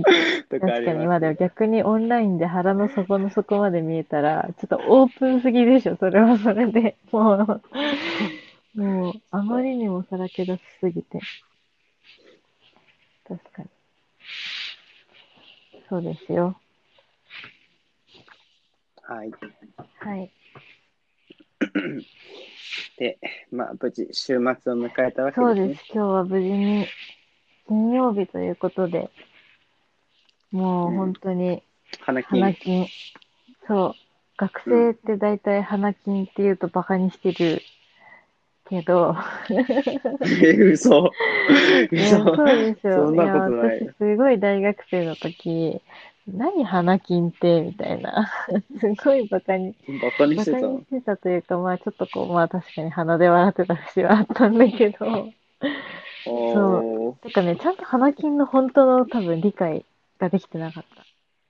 A: とかあ
B: 確
A: り
B: かに、ま
A: ま
B: あ
A: す。
B: でも逆にオンラインで腹の底の底まで見えたら、ちょっとオープンすぎでしょ、それはそれで。もう、もう、あまりにもさらけ出しすぎて。確かに。そうですよ。
A: はい。
B: はい。
A: で、まあ、無事、週末を迎えたわけ
B: そう
A: です
B: で
A: ね
B: す。。今日は無事に金曜日ということで、もう本当に
A: 花
B: 花
A: 金。
B: 金、そう、学生って大体花金って言うとバカにしてるけど、
A: え、 嘘。
B: いや
A: 嘘。
B: そうですよ。
A: そんなことない
B: や、私すごい大学生の時、何花金って、みたいな。 すごいバカに、
A: バカに
B: バ
A: して
B: カ
A: た
B: に
A: の。
B: してたというか、まあちょっとこう、まあ確かに鼻で笑ってた節はあったんだけど、
A: おー
B: なんかね、ちゃんと花金の本当の多分理解ができてなかった。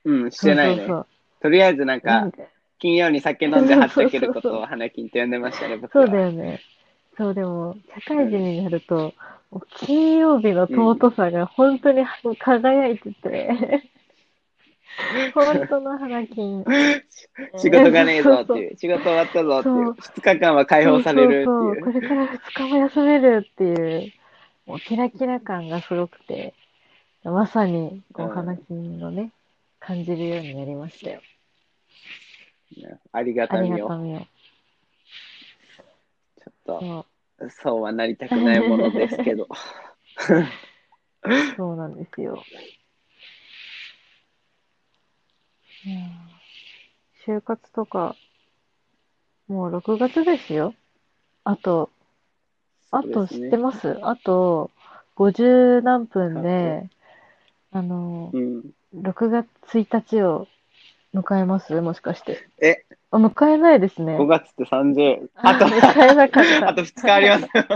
A: うん、してない
B: そ
A: ね
B: うそ。う
A: とりあえずなん
B: そう。な
A: か
B: ん、か
A: 金曜に酒飲んではっちゃけることを花金って呼んでましたね、僕
B: そ
A: は。
B: うだよね。そう、でも、社会人になると、もう金曜日の尊さが本当に輝いて て、本当の花金。
A: 仕事がねえぞっていう、仕事終わったぞっていう、2日間は解放される
B: そう
A: って
B: そう
A: い。
B: そううこれから2日も休めるっていう、もうキラキラ感がすごくて、まさに、こ
A: う
B: う、
A: ん
B: 花金をね、感じるようになりましたよ。
A: ありが
B: あ
A: た
B: りが
A: みを。
B: たみを。
A: ちょっ
B: そ
A: と、そうはなりたくないものですけど。
B: う、そうなんですよ。いやー就活とか、もう6月ですよ。あと、 あと知ってますあと、50何分で、あのー、
A: うん。
B: 6月1日を迎えますもしかして。
A: え、
B: あ、迎えないですね
A: 5。月って30、あと、
B: 迎えなかった。
A: あと2日あり ます。ちょっと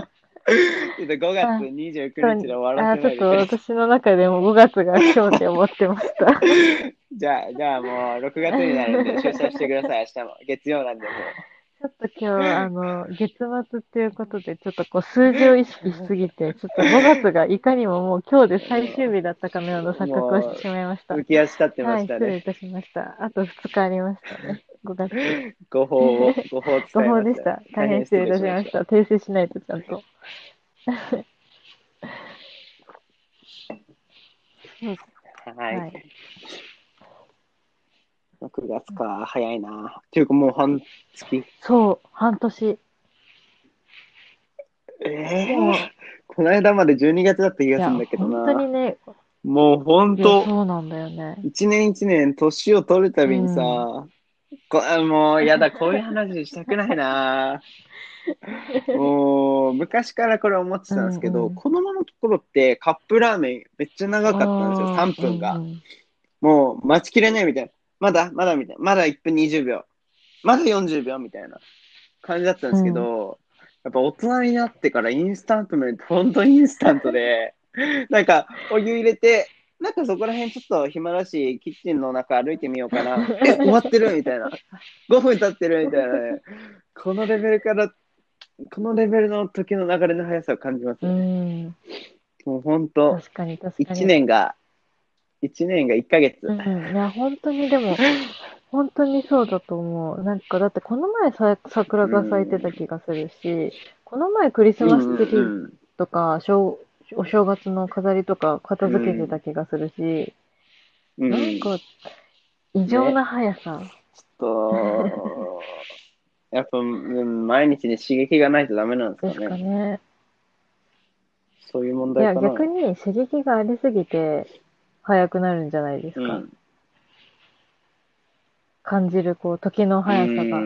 A: 5月29日で終わら
B: あ、
A: せ
B: ち
A: な
B: ょ
A: い
B: っと
A: でくれ
B: 私の中でも5月が今日で思ってました。
A: じゃあ、じゃあもう6月になるんで、出社してください、明日も。月曜なんで、もう。
B: ちょっと今日、あの、月末っていうことで、ちょっとこう数字を意識しすぎて、ちょっと5月がいかにももう今日で最終日だったかのような錯覚をしてしまいました。
A: 浮き足立ってま
B: はい、
A: した
B: 失
A: ね。
B: 礼いたしました。あと2日ありましたね。5月。
A: 誤報を、誤報を伝えました。
B: 誤報でした。大変失礼いたしました。訂正しないとちゃんと。そう
A: はい。
B: はい
A: 9月か、早いな。っていうかもう半月。
B: そう、半年。
A: ええ
B: もう
A: この間まで12月だった気
B: い
A: がす
B: や、
A: るんだけど
B: 本当
A: な。
B: にね、
A: もう本
B: いや
A: 当、
B: そうなんだよね。
A: 一年一年年を取るたびにさ、こあもうやだ、こういう話したくないな。もう昔からこれ思ってたんですけど、
B: うんうん
A: 子供の頃ってカップラーメンめっちゃ長かったんですよ、
B: あー
A: 3分が。
B: うんうん
A: もう待ちきれないみたいな。まだまだみたいな。まだ1分20秒。まだ40秒みたいな感じだったんですけど、やっぱ大人になってからインスタント麺ってほんとインスタントで、 なんかお湯入れて、なんかそこら辺ちょっと暇だし、キッチンの中歩いてみようかな。え、終わってるみたいな。5分経ってるみたいなね。このレベルから、このレベルの時の流れの速さを感じます
B: う
A: ね。
B: ん、
A: もうほんと、
B: 確かに確かに。
A: 1年が、1年が1ヶ月。
B: うんうん、いや、本当にでも、本当にそうだと思う。なんか、だってこの前さ、桜が咲いてた気がするし、この前クリスマスツリ
A: うんう
B: ー
A: んうん
B: とか、正お正月の飾りとか片付けてた気がするし、
A: うん
B: なんか、異常な速さ。
A: ちょっと、やっぱ、うん毎日に刺激がないとダメなんですか
B: で
A: ね。
B: すかね。
A: そういう問
B: いや、
A: 題かな。
B: 逆に刺激がありすぎて、速くなるんじゃないです
A: う
B: か。
A: ん
B: 感じる、こう、時の速さ
A: う
B: が。
A: ー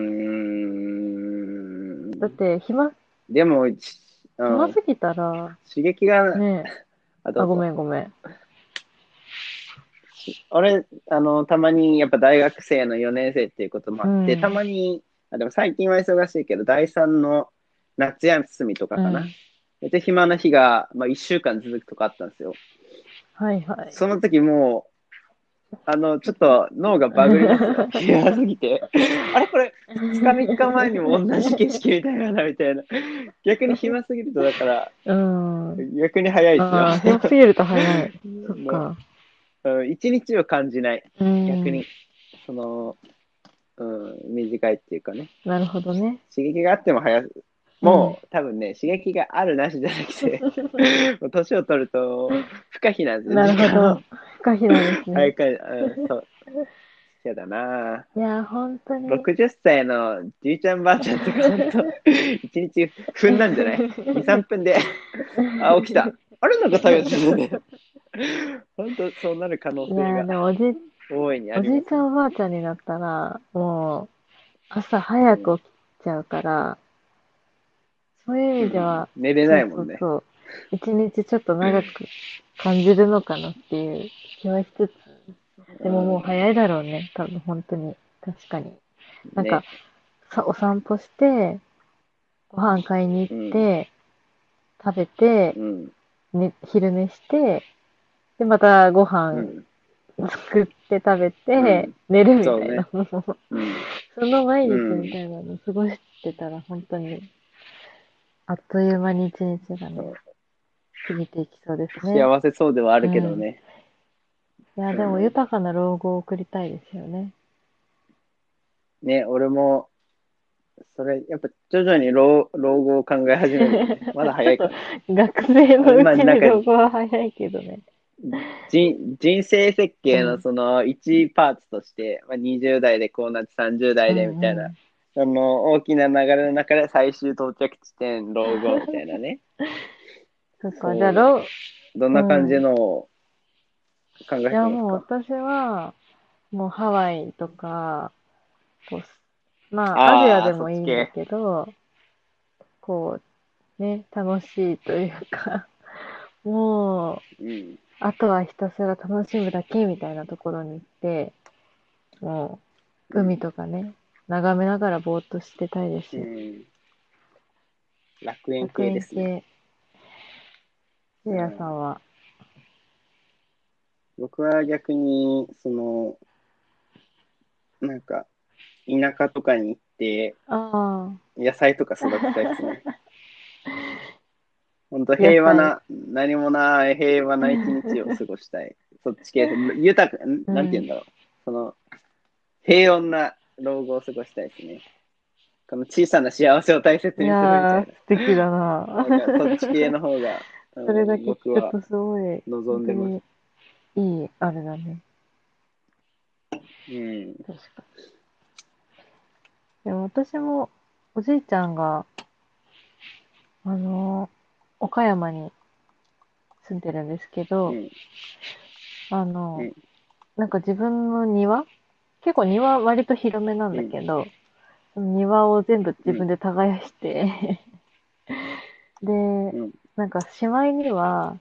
A: ん
B: だって、暇、
A: でも、ちうん
B: 暇すぎたら、
A: 刺激が、
B: ね
A: あ
B: あ、
A: と
B: ごめんごめん。
A: 俺、あの、たまに、やっぱ大学生の4年生っていうこともあって、
B: うん
A: たまに、あ、でも最近は忙しいけど、第3の夏休みとかかな。
B: うん
A: めっちゃ暇な日が、まあ、1週間続くとかあったんですよ。
B: はいはい。
A: その時もう、あの、ちょっと脳がバグりますよ。嫌すぎ て。あれこれ、2日3日前にも同じ景色みたいな、みたいな。逆に暇すぎると、だから、
B: うん。
A: 逆に早い
B: ああ、
A: です
B: 早
A: よ。
B: すぎると早 い。そっ
A: も
B: か。
A: ううん一日を感じない。
B: 逆
A: 逆に。。その、うん、短いっていうかね。
B: なるほどね。
A: 刺激があっても早い。もう、多分ね、刺激があるなしじゃなく て、もう年を取ると、不可避なんですよ
B: なるほど。。不可避なんで す
A: 早
B: ね。
A: く、うん、そう。嫌だなぁ。
B: いや、本当に。
A: 60歳のじいちゃんばあちゃんとか、本当、 一日踏んだんじゃない ?2、3分で、あ、起きた。あれなんか食べてるね。本当、そうなる可能
B: いや、
A: 性
B: で
A: が
B: もおじ、
A: 大いにあ
B: お
A: り
B: じ
A: ま
B: いちゃんおばあちゃんになったら、もう、朝早く起きちゃうから、そういう意味では、
A: す。寝れないもんね。
B: そうそうそう。一日ちょっと長く感じるのかなっていう気はしつつ、でももう早いだろうね。多分、本当に。確かに。なんか、
A: ね
B: さお散歩して、ご飯買いに行って、食べて、
A: うん。
B: ね、昼寝して、で、またご
A: う
B: 飯
A: ん。
B: 作って食べて、
A: うん
B: 寝るみた
A: そう
B: い
A: ね
B: な、 もう
A: うん。
B: その毎日みたいなの過ごしてたら、本当に、あっという間に一日が
A: そ
B: ね
A: う、
B: 過ぎていきそうですね。
A: 幸せそうではあるけどね。
B: いや、でも豊かな老後を送りたいですよね。
A: ね、俺も、それ、やっぱ徐々に老老後を考え始める。 まだ早いから。
B: 学生のう
A: まあ
B: ち
A: なん
B: に
A: か
B: 老後は早いけどね。
A: 人人生設計
B: う
A: の
B: ん
A: その1パーツとして、まあ、20代でこうなって30代でみたいな、
B: うんうん
A: その大きな流れの中で最終到着地点老後みたいなね
B: そっ
A: そ
B: か、
A: う
B: じゃあ老、
A: どんな感じのを考えて
B: いや
A: ま
B: もう
A: すか
B: 私は、もうハワイとか、こう、ま
A: あー
B: あ、アジアでもいいん
A: そ
B: だ
A: っち
B: けど、こう、ね、楽しいというか、もう、
A: うん
B: あとはひたすら楽しむだけみたいなところに行って、もう、海とかね、眺めながらぼーっとしてたいで
A: う
B: す。
A: ん楽園
B: 楽
A: 系
B: 園
A: ですね
B: 系。せいやさんは。
A: 僕は逆にそのなんか田舎とかに行って
B: あ
A: 野菜とか育てたいです ね。本当平和な、何もない平和な一日を過ごした い。そっち系、豊か、んなんて言うんだろう。その、平穏な老後を過ごしたいですね。この小さな幸せを大切
B: い
A: にするみた
B: やー、
A: い
B: 素敵だ
A: な。
B: な。
A: なんかそっち系の方が、うん
B: それだけ聞
A: 僕
B: く
A: は
B: とすごい、
A: 望んでます。
B: 本当にいい、あれだね。
A: うん。
B: 確かに。でも私も、おじいちゃんが、あのー岡山に住んでるんですけど、
A: うん
B: あの、
A: うん
B: なんか自分の庭結構庭割と広めなんだけど、その庭を全部自分で耕して、 で、
A: うん
B: なんかしまいには、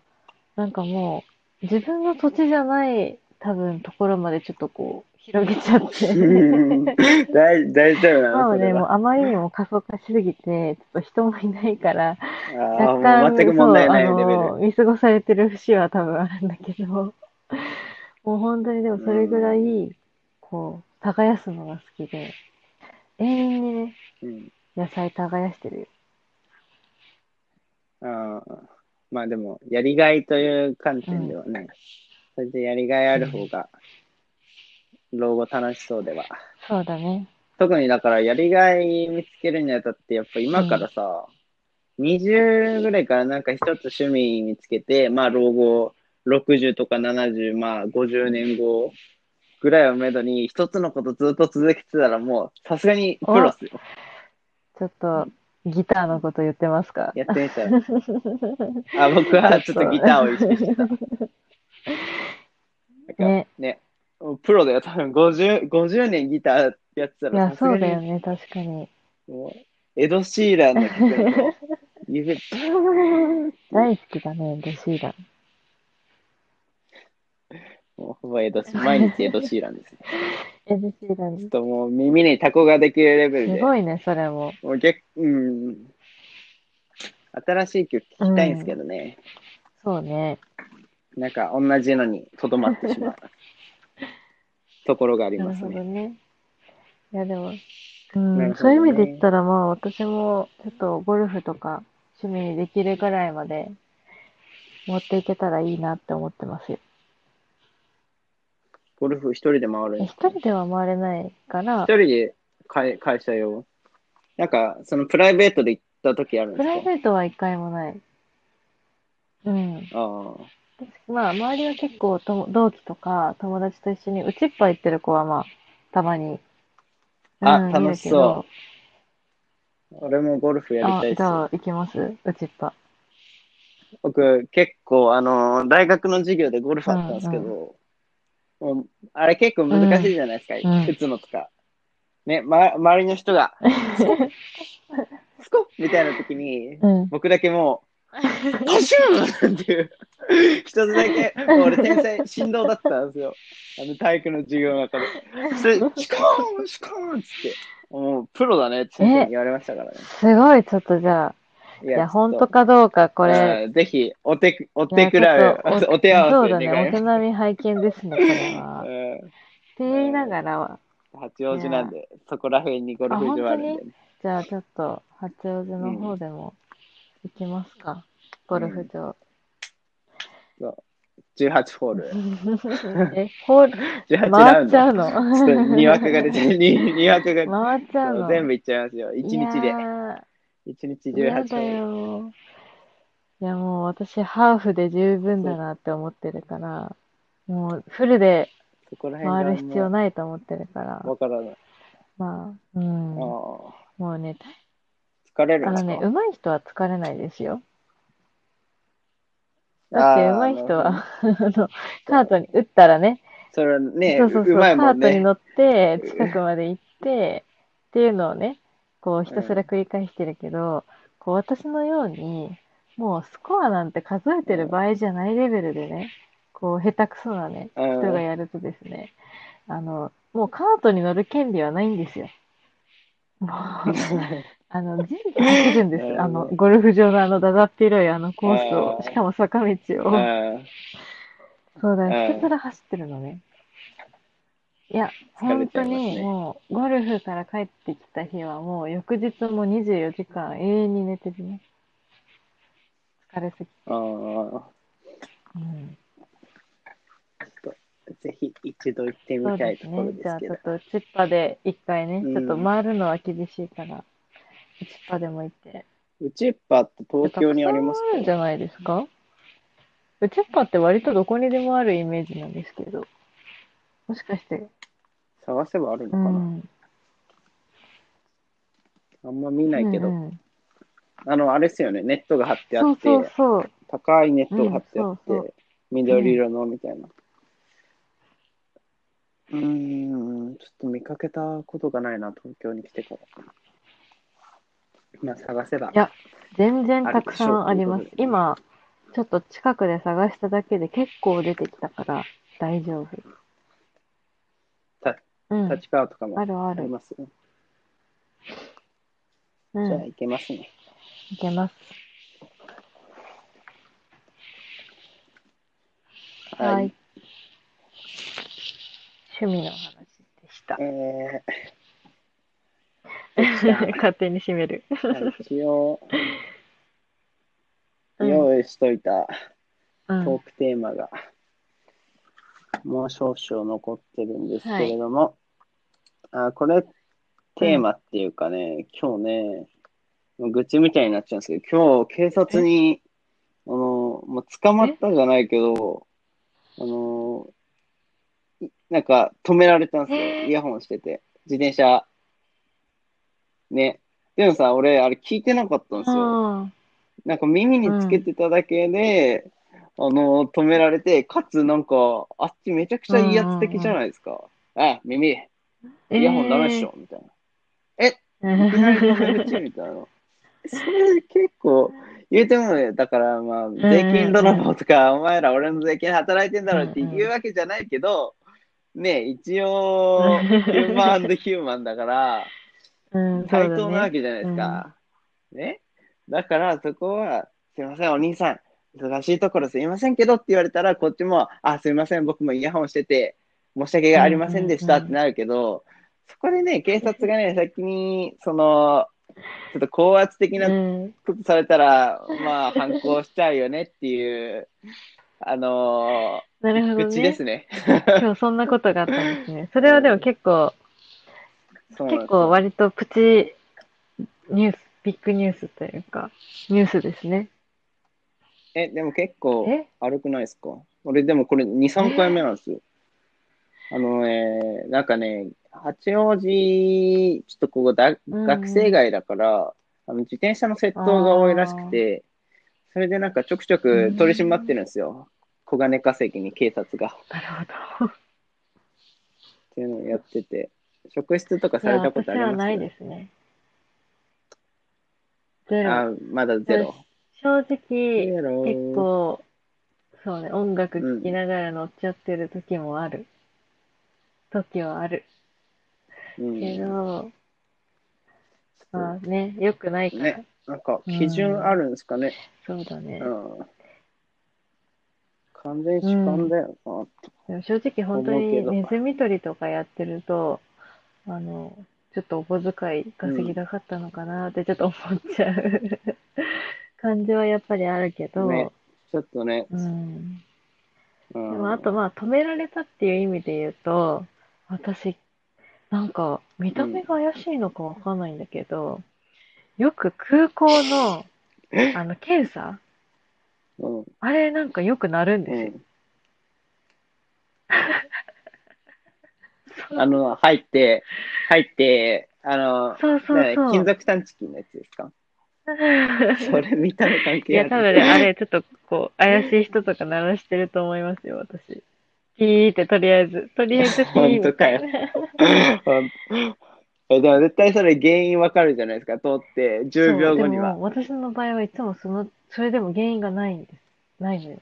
B: なんかもう自分の土地じゃない多分ところまでちょっとこう広げちゃって。
A: 大大丈夫な
B: ま
A: の
B: あ
A: それ
B: ね、もう
A: は。
B: あまりにも過疎化しすぎて、ちょっと人もいないから、
A: ああ、もう全く問題ないレベル。
B: そうあの見過ごされてる節は多分あるんだけ ど、もう本当にでもそれぐらい、こう、耕すのが好きで、永遠にね、
A: うん
B: 野菜耕してるよ。
A: ああまあでも、やりがいという観点では、なんか、それでやりがいある方が、老後楽しそうでは。
B: そうだね。
A: 特にだから、やりがい見つけるにあたって、やっぱ今からさ、20ぐらいからなんか一つ趣味見つけて、まあ老後60とか70、まあ50年後ぐらいをめどに、一つのことずっと続けてたらもう、さすがにプロっすよ。
B: ちょっと、ギターのこと言ってますか
A: やってみた ら。あ、僕はちょっとギターを意識してた。 なんか
B: ね。
A: ね。プロだよ、多分50、50年ギターやってた
B: い
A: ら、
B: や、
A: さすが
B: そう
A: に
B: だよね、確かに。
A: もうエド・シーランの 曲を指ブーン
B: 大好きだね、レシーラン。
A: もうほぼエドシ毎日エド・シーランですね。
B: エレシーラン、
A: ちょ
B: す
A: っともう耳にタコができるレベルで、も
B: ごいね、それも。
A: う結うん、新しい曲聴きたいんですけどね、
B: そうね。
A: なんか同じのにとどまってしまうところがあり
B: な
A: ま
B: る
A: す
B: ほ
A: ね。
B: どね。いや、でも、
A: な
B: う
A: るほど
B: ん、
A: ね
B: そういう意味で言ったら、まあ、私も、ちょっとゴルフとか、趣味にできるぐらいまで、持っていけたらいいなって思ってますよ。
A: ゴルフ一人で回るん
B: え
A: です
B: 一人では回れないから
A: 一、人で会会社用なんか、そのプライベートで行った時あるん
B: プラ
A: で
B: イ
A: すか
B: ベートは一回もない。うん。
A: ああ。
B: 確かまあ、周りは結構とも、同期とか、友達と一緒に、うちっぱ行ってる子は、まあ、たまに、
A: あ
B: うん、
A: 楽しそ俺もゴルフ
B: い
A: や
B: る
A: り
B: け
A: たいで
B: どあ、じ
A: す。
B: ゃあ、行きますうちっぱ。
A: 僕、結構、あのー大学の授業でゴルフあったんですけど、もうあれ結構難しいじゃないですか、
B: うん
A: 打つのとか。ね、ま、周りの人 が、スコッみたいな時に、
B: うん。
A: 僕だけも う、パシューンっていう、一つだけ、もう俺天才、振動だったんですよ。あの体育の授業の中で。そ れ、シコーン、シコーンっつって、もうプロだねって先生に言われましたからね。
B: すごい、ちょっとじゃあ、
A: い
B: いや、
A: ほ
B: 本
A: ん
B: 当かどうか、こ
A: こ
B: れ。
A: れ、ぜひ、お手く、お
B: いや
A: 手くらう
B: ちょっ、と
A: お手合わせ
B: そ
A: 願
B: う
A: い
B: だね、お
A: ます
B: 手。並み拝見ですね、これは。
A: う
B: っ
A: ん
B: て言いながらは、
A: 八王子なんで、そこら辺にゴルフ場あるんでね。
B: じゃあちょっと、八王子の方でも行きますか、ゴルフ場。
A: 18ホール。
B: え、ホール、
A: 18ラウ
B: 回
A: ン
B: っちゃ
A: ド。
B: うの
A: ちょっとにわかが出て、ににわかが
B: 回っちゃうの
A: 全部いっちゃいますよ。1日
B: い
A: で
B: や。ー
A: 1日
B: や
A: 18ホ
B: だ
A: ール。
B: よ。いやもう私、ハーフで十分だなって思ってるから、もうフルで
A: そこら辺があ
B: 回
A: んま
B: る必要ないと思ってるから、
A: わからない。
B: まあ、うん、
A: あ
B: も
A: ー
B: うね、
A: 疲れる
B: あ
A: んで
B: の
A: すか
B: ね、上手い人は疲れないですよ。
A: あー
B: だって上手い人は、 あの、カートに打ったらね、
A: それはね、
B: そうそうそう、
A: うまい
B: カ
A: も
B: ー
A: ん
B: トに
A: ね。
B: 乗って、近くまで行って、っていうのをね、こう、ひたすら繰り返してるけど、こう、私のように、もうスコアなんて数えてる場合じゃないレベルでね、こう、下手くそなね、
A: うん
B: 人がやるとですね、あの、もうカートに乗る権利はないんですよ。もう。あの、人生走るんです
A: なるほ。ど
B: あの、ゴルフ場のあの、だだっ広いあのコース
A: あ
B: を、
A: ー
B: しかも坂道
A: う
B: を。
A: ん
B: そうだよ、
A: うん
B: ひたすら走ってるのね。いや、
A: 疲れ
B: 本
A: ちゃいます
B: 当
A: ね
B: にもう、ゴルフから帰ってきた日はもう、翌日も24時間永遠に寝てるね。疲れすぎ。
A: あー。
B: うん。
A: ちょっとぜひ一度行って
B: そう
A: みたい
B: です
A: ところ
B: ね。
A: で
B: じゃ
A: す
B: あ、
A: け
B: ち
A: ど
B: ょっ。と、チッパで一回ね、
A: うん
B: ちょっと回るのは厳しいから、千葉でも行って。
A: うちっぱって東京にあります
B: たくさんあるんじゃないですかうちっぱって割とどこにでもあるイメージなんですけど。もしかして。
A: 探せばあるの
B: う
A: かな、
B: ん。
A: あんま見ないけど、
B: うんうん
A: あの、あれですよね、ネットが張ってあ
B: そ
A: っ
B: う
A: て、
B: そうそう。
A: 高いネットが張ってあって、
B: うんそう
A: 緑色のみたいな。うーん、ちょっと見かけたことがないな、東京に来てから。まあ、探せば。
B: いや全然たくさんありま
A: あ
B: す
A: れでしょうということで。
B: 今、ちょっと近くで探しただけで結構出てきたから大丈夫。
A: た
B: うん。
A: 立川とかも
B: あ
A: あ
B: るあ
A: り
B: る。
A: ますね。
B: うん
A: じゃあ、。行けますね。
B: いけます。
A: は
B: はいい。趣味の話でした。
A: え
B: 勝手に締める。
A: ーはい一応、
B: うん
A: 用意しといた
B: うん
A: トークテーマが、もう少々残ってるんですけれども、あこれ、テーマっていうかね、今日ね、もう愚痴みたいになっちゃうんですけど、今日、警察に、あの、もう捕まったじゃないけど、あの、いなんか止められたんですよ。
B: え
A: イヤホンしてて。自転車。ね。でもさ、俺、あれ聞いてなかったんですよ。
B: あ
A: なんか耳につけてただけで、あの、止められて、かつなんか、あっちめちゃくちゃ威圧的じゃないですか。あ、耳、イ
B: ー
A: ヤホンダメっしょ、みたいな。
B: え
A: いきなり 止め
B: ー
A: るち、みたいな。それ結構、言うてもね、だからまあ、税金泥棒とか、お前ら俺の税金働いてんだろって言うわけじゃないけど、ね、一 応、ヒューマンヒューマンだから、
B: うん、
A: 対
B: そう
A: 等な
B: だ
A: わ
B: ね。
A: けじゃないですか。ね。だからそこは、すいません、お兄さん、忙しいところすいませんけどって言われたら、こっちも、あ、すいません、僕もイヤホンしてて、申し訳がありませんでした
B: うん
A: っ
B: うんうん
A: てなるけど、そこでね、警察がね、先に、その、ちょっと高圧的な
B: うん、
A: ことされたら、まあ、反抗しちゃうよねっていう、あの
B: なるほ
A: ー、
B: ど
A: 愚痴で
B: ね
A: す。 ね。
B: 今日そんなことがあったんですね。それはでも結構、
A: そうなんです
B: 結構割とプチニュース、ビッグニュースというか、ニュースですね。
A: え、でも結構、
B: え
A: 悪くないですか俺でもこれ2、3回目なんですよ。あのね、なんかね、八王子、ちょっとここだ、
B: ん
A: 学生街だから、あの自転車の窃盗が多いらしくて、それでなんかちょくちょく取り締まってるんですよ。小金稼ぎに警察が。っ
B: なるほど。
A: ていうのをやってて。職質とか
B: い
A: さ
B: や、
A: れたことあ
B: 私
A: ります
B: はないですね。ゼロ。
A: あ、まだゼロ。
B: 正直、
A: ゼロ。
B: 結構、そうね、音楽聴きながら乗っちゃってる時もある。時はある。
A: う
B: け
A: ん、
B: ど、まあね、良くないから、
A: ねなんか基準あるんですかね。
B: そうだね。
A: うん。完全に主観だよな。
B: でも正直本当
A: 思うけ
B: に
A: ど
B: ネズミ捕りとかやってると、あの、ちょっとお小遣い稼ぎたかったのかなってちょっと思っちゃう 感じはやっぱりあるけど、
A: ねちょっとね。
B: うん。
A: で
B: でもあとまあ止められたっていう意味で言うと、私、なんか見た目が怪しいのかわかんないんだけど、よく空港の、あの検査、
A: うん。うん。
B: あれなんかよくなるんですよ。
A: あの、入って、入って、あの、
B: そうそう
A: ね
B: そう。
A: 金属探知機のやつですかそれ見た目関
B: い
A: 係あ
B: や、
A: る
B: 多分ね、あれ、ちょっと、こう、怪しい人とか鳴らしてると思いますよ、私。ピーって、とりあえず。とりあえずピー。
A: 本当かよ。 えでも絶対それ原因わかるじゃないですか。通って10秒後に
B: そうで
A: は。
B: も、私の場合はいつもその、それでも原因がないんです。ない のよ。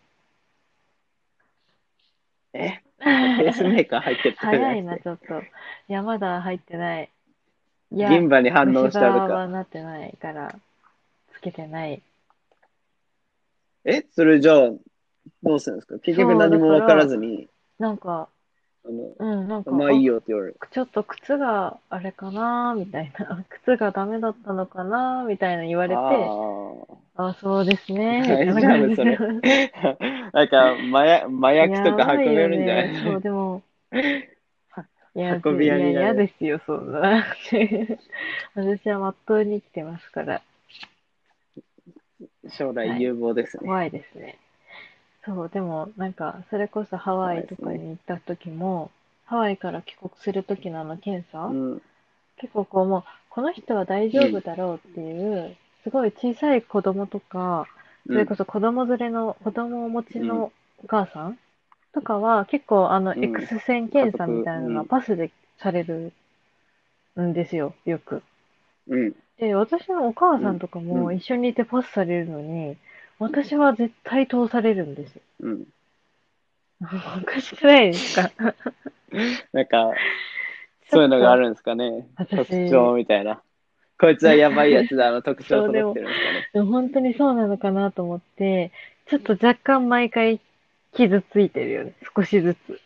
A: えペースメーカー入ってるとかじゃ
B: 早い
A: なく
B: な、
A: て
B: ちょっと。いや、まだ入ってない。いや、
A: 銀歯に反応し
B: 虫
A: たと
B: 歯は
A: か。
B: なってないから、つけてない。
A: えそれじゃあ、どうするんですか結局何もわからずに、
B: なんか、
A: あの、
B: うん、なんか、
A: まあいいよって言われる。
B: ちょっと靴があれかなみたいな、靴がダメだったのかなみたいな言われて、ああ、そうですね。みたいな感じ
A: 大
B: で
A: 丈夫あ ーなんか麻薬、麻薬とか運べるんじゃ
B: やばいよね
A: な
B: そ、
A: いう
B: でも、いや、
A: 運び屋になる
B: いや嫌ですよ、そんな。 私はまっとうに生きてますから、
A: 将来有望ですね。
B: 怖いですね。そう、でも、なんか、それこそハワイとかに行った時も、ハワイから帰国する時のあの検査、
A: うん、
B: 結構こう、もう、この人は大丈夫だろうっていう、すごい小さい子供とか、それこそ子供連れの、子供をお持ちのお母さんとかは、結構あの、
A: うん
B: X 線検査みたいなの
A: う
B: が
A: ん
B: パスでされるんですよ、よく。
A: うん、
B: で、私のお母さんとか
A: う
B: も
A: ん
B: 一緒にいてパスされるのに、私は絶対通されるんですよ。
A: うん。
B: おかしくないですか
A: なんか、 そういうのがあるんですかね。特
B: 私
A: 徴みたいな。こいつはやばいやつだ、あの特徴を取ってるんですかね。
B: でも本当にそうなのかなと思って、ちょっと若干毎回傷ついてるよね。少しずつ。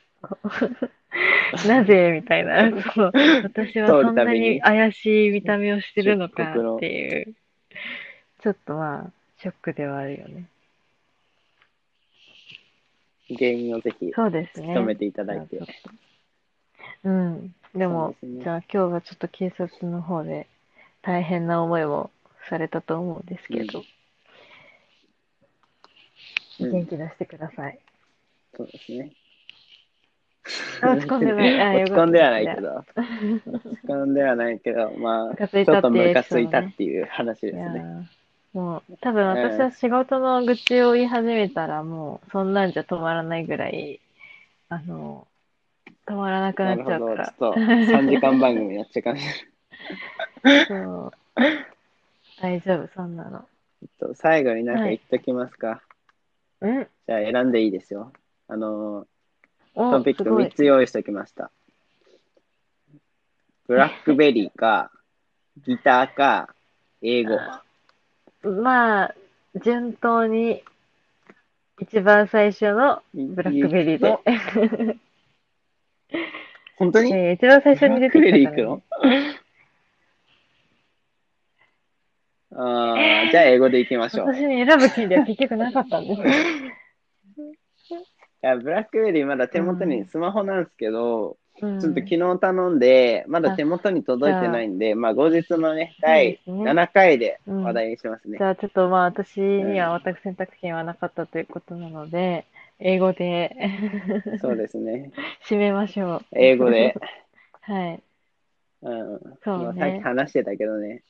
B: なぜみたいな。そう。私はそんなに怪しい見た目をしてるのかっていう。ちょっとまあ、ショックではあるよね。
A: 原因をぜひ、
B: そうですね。
A: 努めていただいて。
B: うん。でも、
A: そうですね
B: じゃあ今日はちょっと警察の方で大変な思いをされたと思うんですけど、
A: うん
B: 元気出してください。
A: そうですね。
B: あ落ち込んでないあよかっ
A: 落ち込ん
B: た
A: ではないけど。落ち込んではないけど、ま
B: ム
A: あ、
B: カつい
A: ちょ
B: た
A: っ
B: って
A: とム
B: いう
A: カついた
B: ね
A: っていう話で
B: い
A: す
B: や
A: ね。
B: ーもう多分私は仕事の愚痴を言い始めたらもうそんなんじゃ止まらないぐらい、あの、止まらなく
A: な
B: なっ
A: る
B: ちゃう
A: ほど、
B: か
A: ちょ
B: ら
A: っ。と3時間番組やっちゃう感じ。
B: そう。大丈夫、そんなの。
A: ち ょっと最後になんか言っときますか。
B: うん
A: じゃあ選んでいいですよ。あのー、
B: お、
A: トピッ
B: す
A: ク
B: ごい
A: 3。つ用意しておきました。ブラックベリー か、ギターか、英語。
B: まあ、順当に、一番最初のブラックベリーで。
A: 本当に
B: ね一番最初に
A: ブラ
B: 出
A: ックベ
B: てき
A: リー
B: た
A: 行
B: か
A: く
B: らね
A: のあーじゃあ英語でいきましょう。い
B: 私に選ぶ権利は結局なかった んです。
A: やブラックベリーまだ手元にスマホなんですけど、
B: うん
A: ちょっと昨日頼んで、まだ手元に届いてないんで、まあ後日のね、第
B: そうですね
A: 7回で話題にしますね
B: じ。ゃあちょっとまあ私には全く選択権はなかったということなので、英語で
A: そうですね。
B: 締めましょう。
A: 英語 で。
B: はい。
A: うん
B: そうね
A: もうさっき話してたけどね。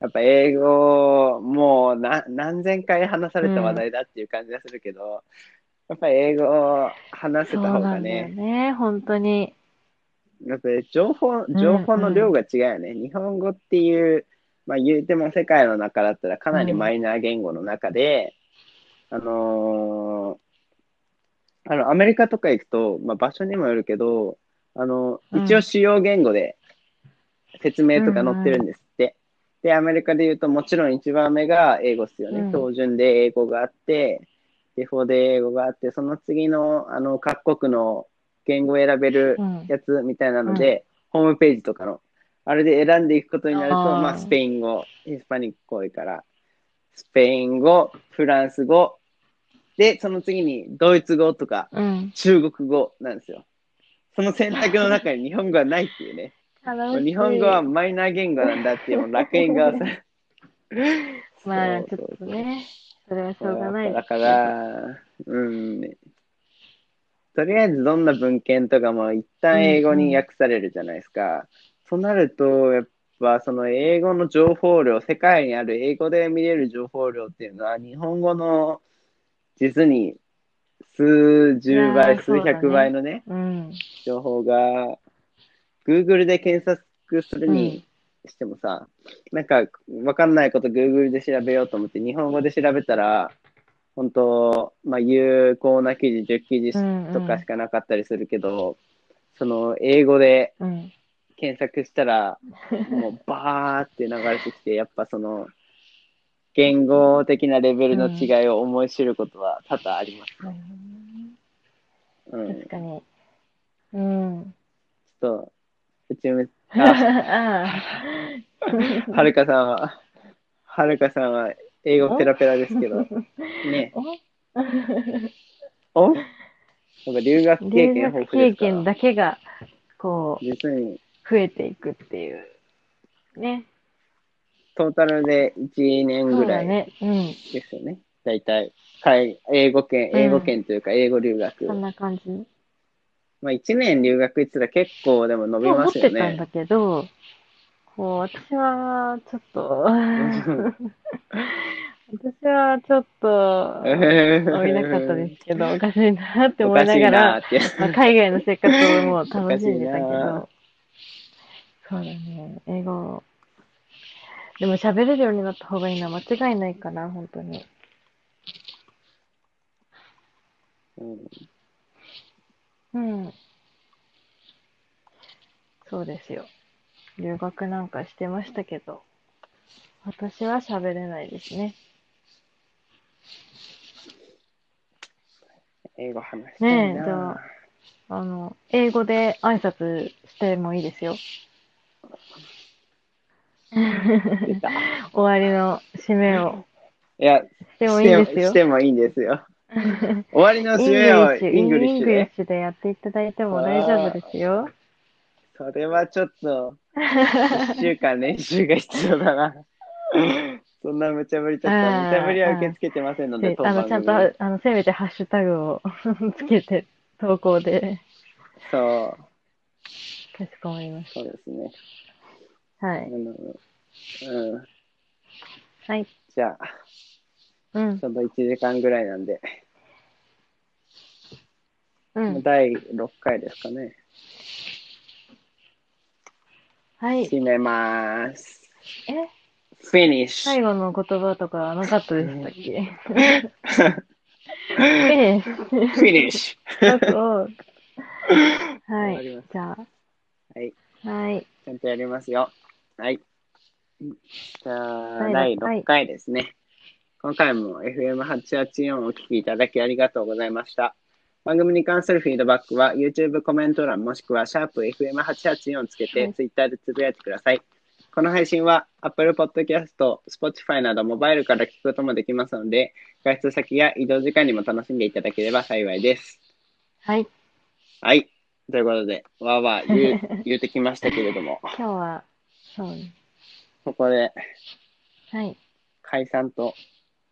A: やっぱ英語、もうな何千回話された話題だっていう感じがするけど、やっぱ英語を話せ
B: そ
A: た
B: う
A: 方
B: な
A: が
B: んだ
A: ね、
B: よね。本当に。
A: やっぱり情報、情報の量が違うよね。日本語っていう、まあ言うても世界の中だったらかなりマイナー言語の中で、あのーあの、アメリカとか行くと、まあ場所にもよるけど、あの、
B: うん
A: 一応主要言語で説明とか載ってるんですって。で、アメリカで言うと、もちろん一番目が英語っすよね。
B: うん
A: 標準で英語があって、デフォで英語があって、その次の、あの、各国の言語を選べる
B: うん。
A: やつみたいなので、ホームページとかの、あれで選んでいくことになると、
B: あー
A: まあ、スペイン語、ヒスパニック多いから、スペイン語、フランス語、で、その次にドイツ語とか
B: うん。
A: 中国語なんですよ。その選択の中に日本語はないっていうね。もう日本語はマイナー言語なんだっていう、もう楽園がさ。 そうそ
B: まあちょ
A: う
B: っとね、それはし
A: そう
B: ょうがない
A: だから、うん。とりあえずどんな文献とかも一旦英語に訳されるじゃないですか。そうなると、やっぱその英語の情報量、世界にある英語で見れる情報量っていうのは、日本語の実に数十
B: い
A: 倍、
B: やーそう
A: 数
B: だね
A: 百倍のね、
B: うん。
A: 情報が、Google で検索するにしてもさ、なんかわかんないこと Google で調べようと思って、日本語で調べたら、本当、まあ、有効な記事10記事
B: うんうん
A: とかしかなかったりするけど、その英語で
B: うん。
A: 検索したら、もうバーって流れてきて、やっぱその、言語的なレベルの違いを思い知ることは多々あります。うん。
B: 確
A: ち
B: かに。うん。
A: ょっと、うちむ、あ
B: あ
A: はるかさんは、はるかさんは英語ペラペラです けど、ね、
B: お
A: おなんか留学経
B: 留
A: 験豊富で
B: 学経
A: すから
B: 験だけがこう、
A: 実に、
B: 増えていくっていう。ね。
A: トータルで1年
B: そ
A: ぐ
B: うだ
A: らい
B: ね。う
A: ですよね。大体、海英語圏、
B: うん
A: 英語圏というか、英語留学。
B: ん。そんな感じ。
A: まあ、1年留学行ってたら結構でも伸び
B: そう思
A: ま
B: っ
A: す
B: て
A: よ
B: たんだ
A: ね。
B: けど、こう、私は、ちょっ と、私はちょっと、伸びなかったですけど、おかしいなっ て
A: お
B: 思
A: か
B: い
A: し
B: ないが
A: な
B: ら、
A: って。
B: まあ、海外の生活をもう楽しんでたけ
A: おかしいな
B: ど、そうだね、英語。でも喋れるようになった方がいいな、間違いないかな、本当に。
A: うん
B: うん。そうですよ。留学なんかしてましたけど、私は喋れないですね。
A: 英語話したい
B: ねえじゃ
A: な
B: あ。あの、英語で挨拶してもいいですよ。
A: 出たい
B: 終わりの締めを
A: や、
B: してもいいで
A: し
B: す
A: て
B: よ
A: し。てもいいんです よ。終わりの締めをイングリッシュ
B: イン
A: で。
B: グリッシュでやっていただいても大丈夫ですよ。
A: それはちょっと、1週間練習が必要だな。 そんな無茶ぶりちょっと、
B: あー
A: 無茶ぶりは受け付けてませんので、
B: であの、ちゃんと、
A: 組
B: あの、せめてハッシュタグを つけて投稿で。
A: そう、
B: かしこまりまし
A: そうですね。
B: た。は
A: あ
B: い。
A: のうん、
B: はい。
A: じゃあ、
B: うん
A: ち。ょうど1時間ぐらいなんで、
B: うん。
A: 第6回ですかね。
B: はい。
A: 締めます。
B: え、
A: フィニッシ
B: 最
A: ュ。
B: 後の言葉とかはなかったでしたっけええ、
A: フィニッシ
B: そう そう。は
A: わかり
B: い
A: まし。
B: じゃあ、
A: ュ。はい。
B: はい。
A: ちゃんとやりますよ。はい。じゃあ、
B: 第
A: 第
B: 六回
A: 6回ですね。今回も FM884 をお聞きいただきありがとうございました。番組に関するフィードバックは YouTube コメント欄もしくはシャープ f m 8 8 4つけ
B: は
A: て
B: い
A: Twitter でつぶやいてください。この配信は Apple Podcast、Spotify などモバイルから聞くこともできますので、外出先や移動時間にも楽しんでいただければ幸いです。
B: はい。
A: はい。ということで、わーわー言う言うてきましたけれど も、
B: 今日は、そうね。
A: ここで
B: はい。
A: 解散と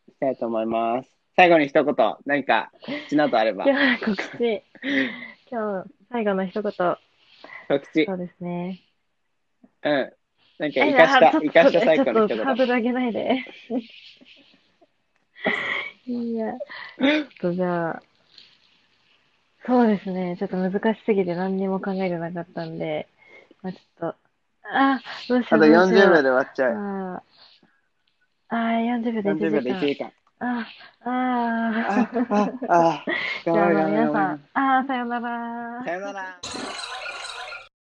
A: したいと思います。最後に一言、何か口などあれば
B: 今、日は告知。今日、最後の一言。そ
A: 告知、
B: うですね。
A: うん。なんか生かした、
B: ちょっと
A: 生かした最後の一
B: ちょっ
A: 言
B: と。ハードル上げないで。 いや、ちょっとじゃあ、そうですね、ちょっと難しすぎて何にも考えてなかったんで、まあ、ちょっと、あ、どうし
A: あ
B: よう、
A: と
B: どう
A: 40
B: しよ
A: 秒で
B: う。
A: 終わっちゃう。
B: あーあー、40秒で
A: 40
B: 1
A: 秒
B: 時
A: で1
B: 間。
A: 時間。
B: ああ
A: あ
B: あ、
A: あ、ああ、
B: じゃあ、あ の
A: 頑張れ頑張れ
B: 皆さん、ああ、さようなら
A: さ。よなら。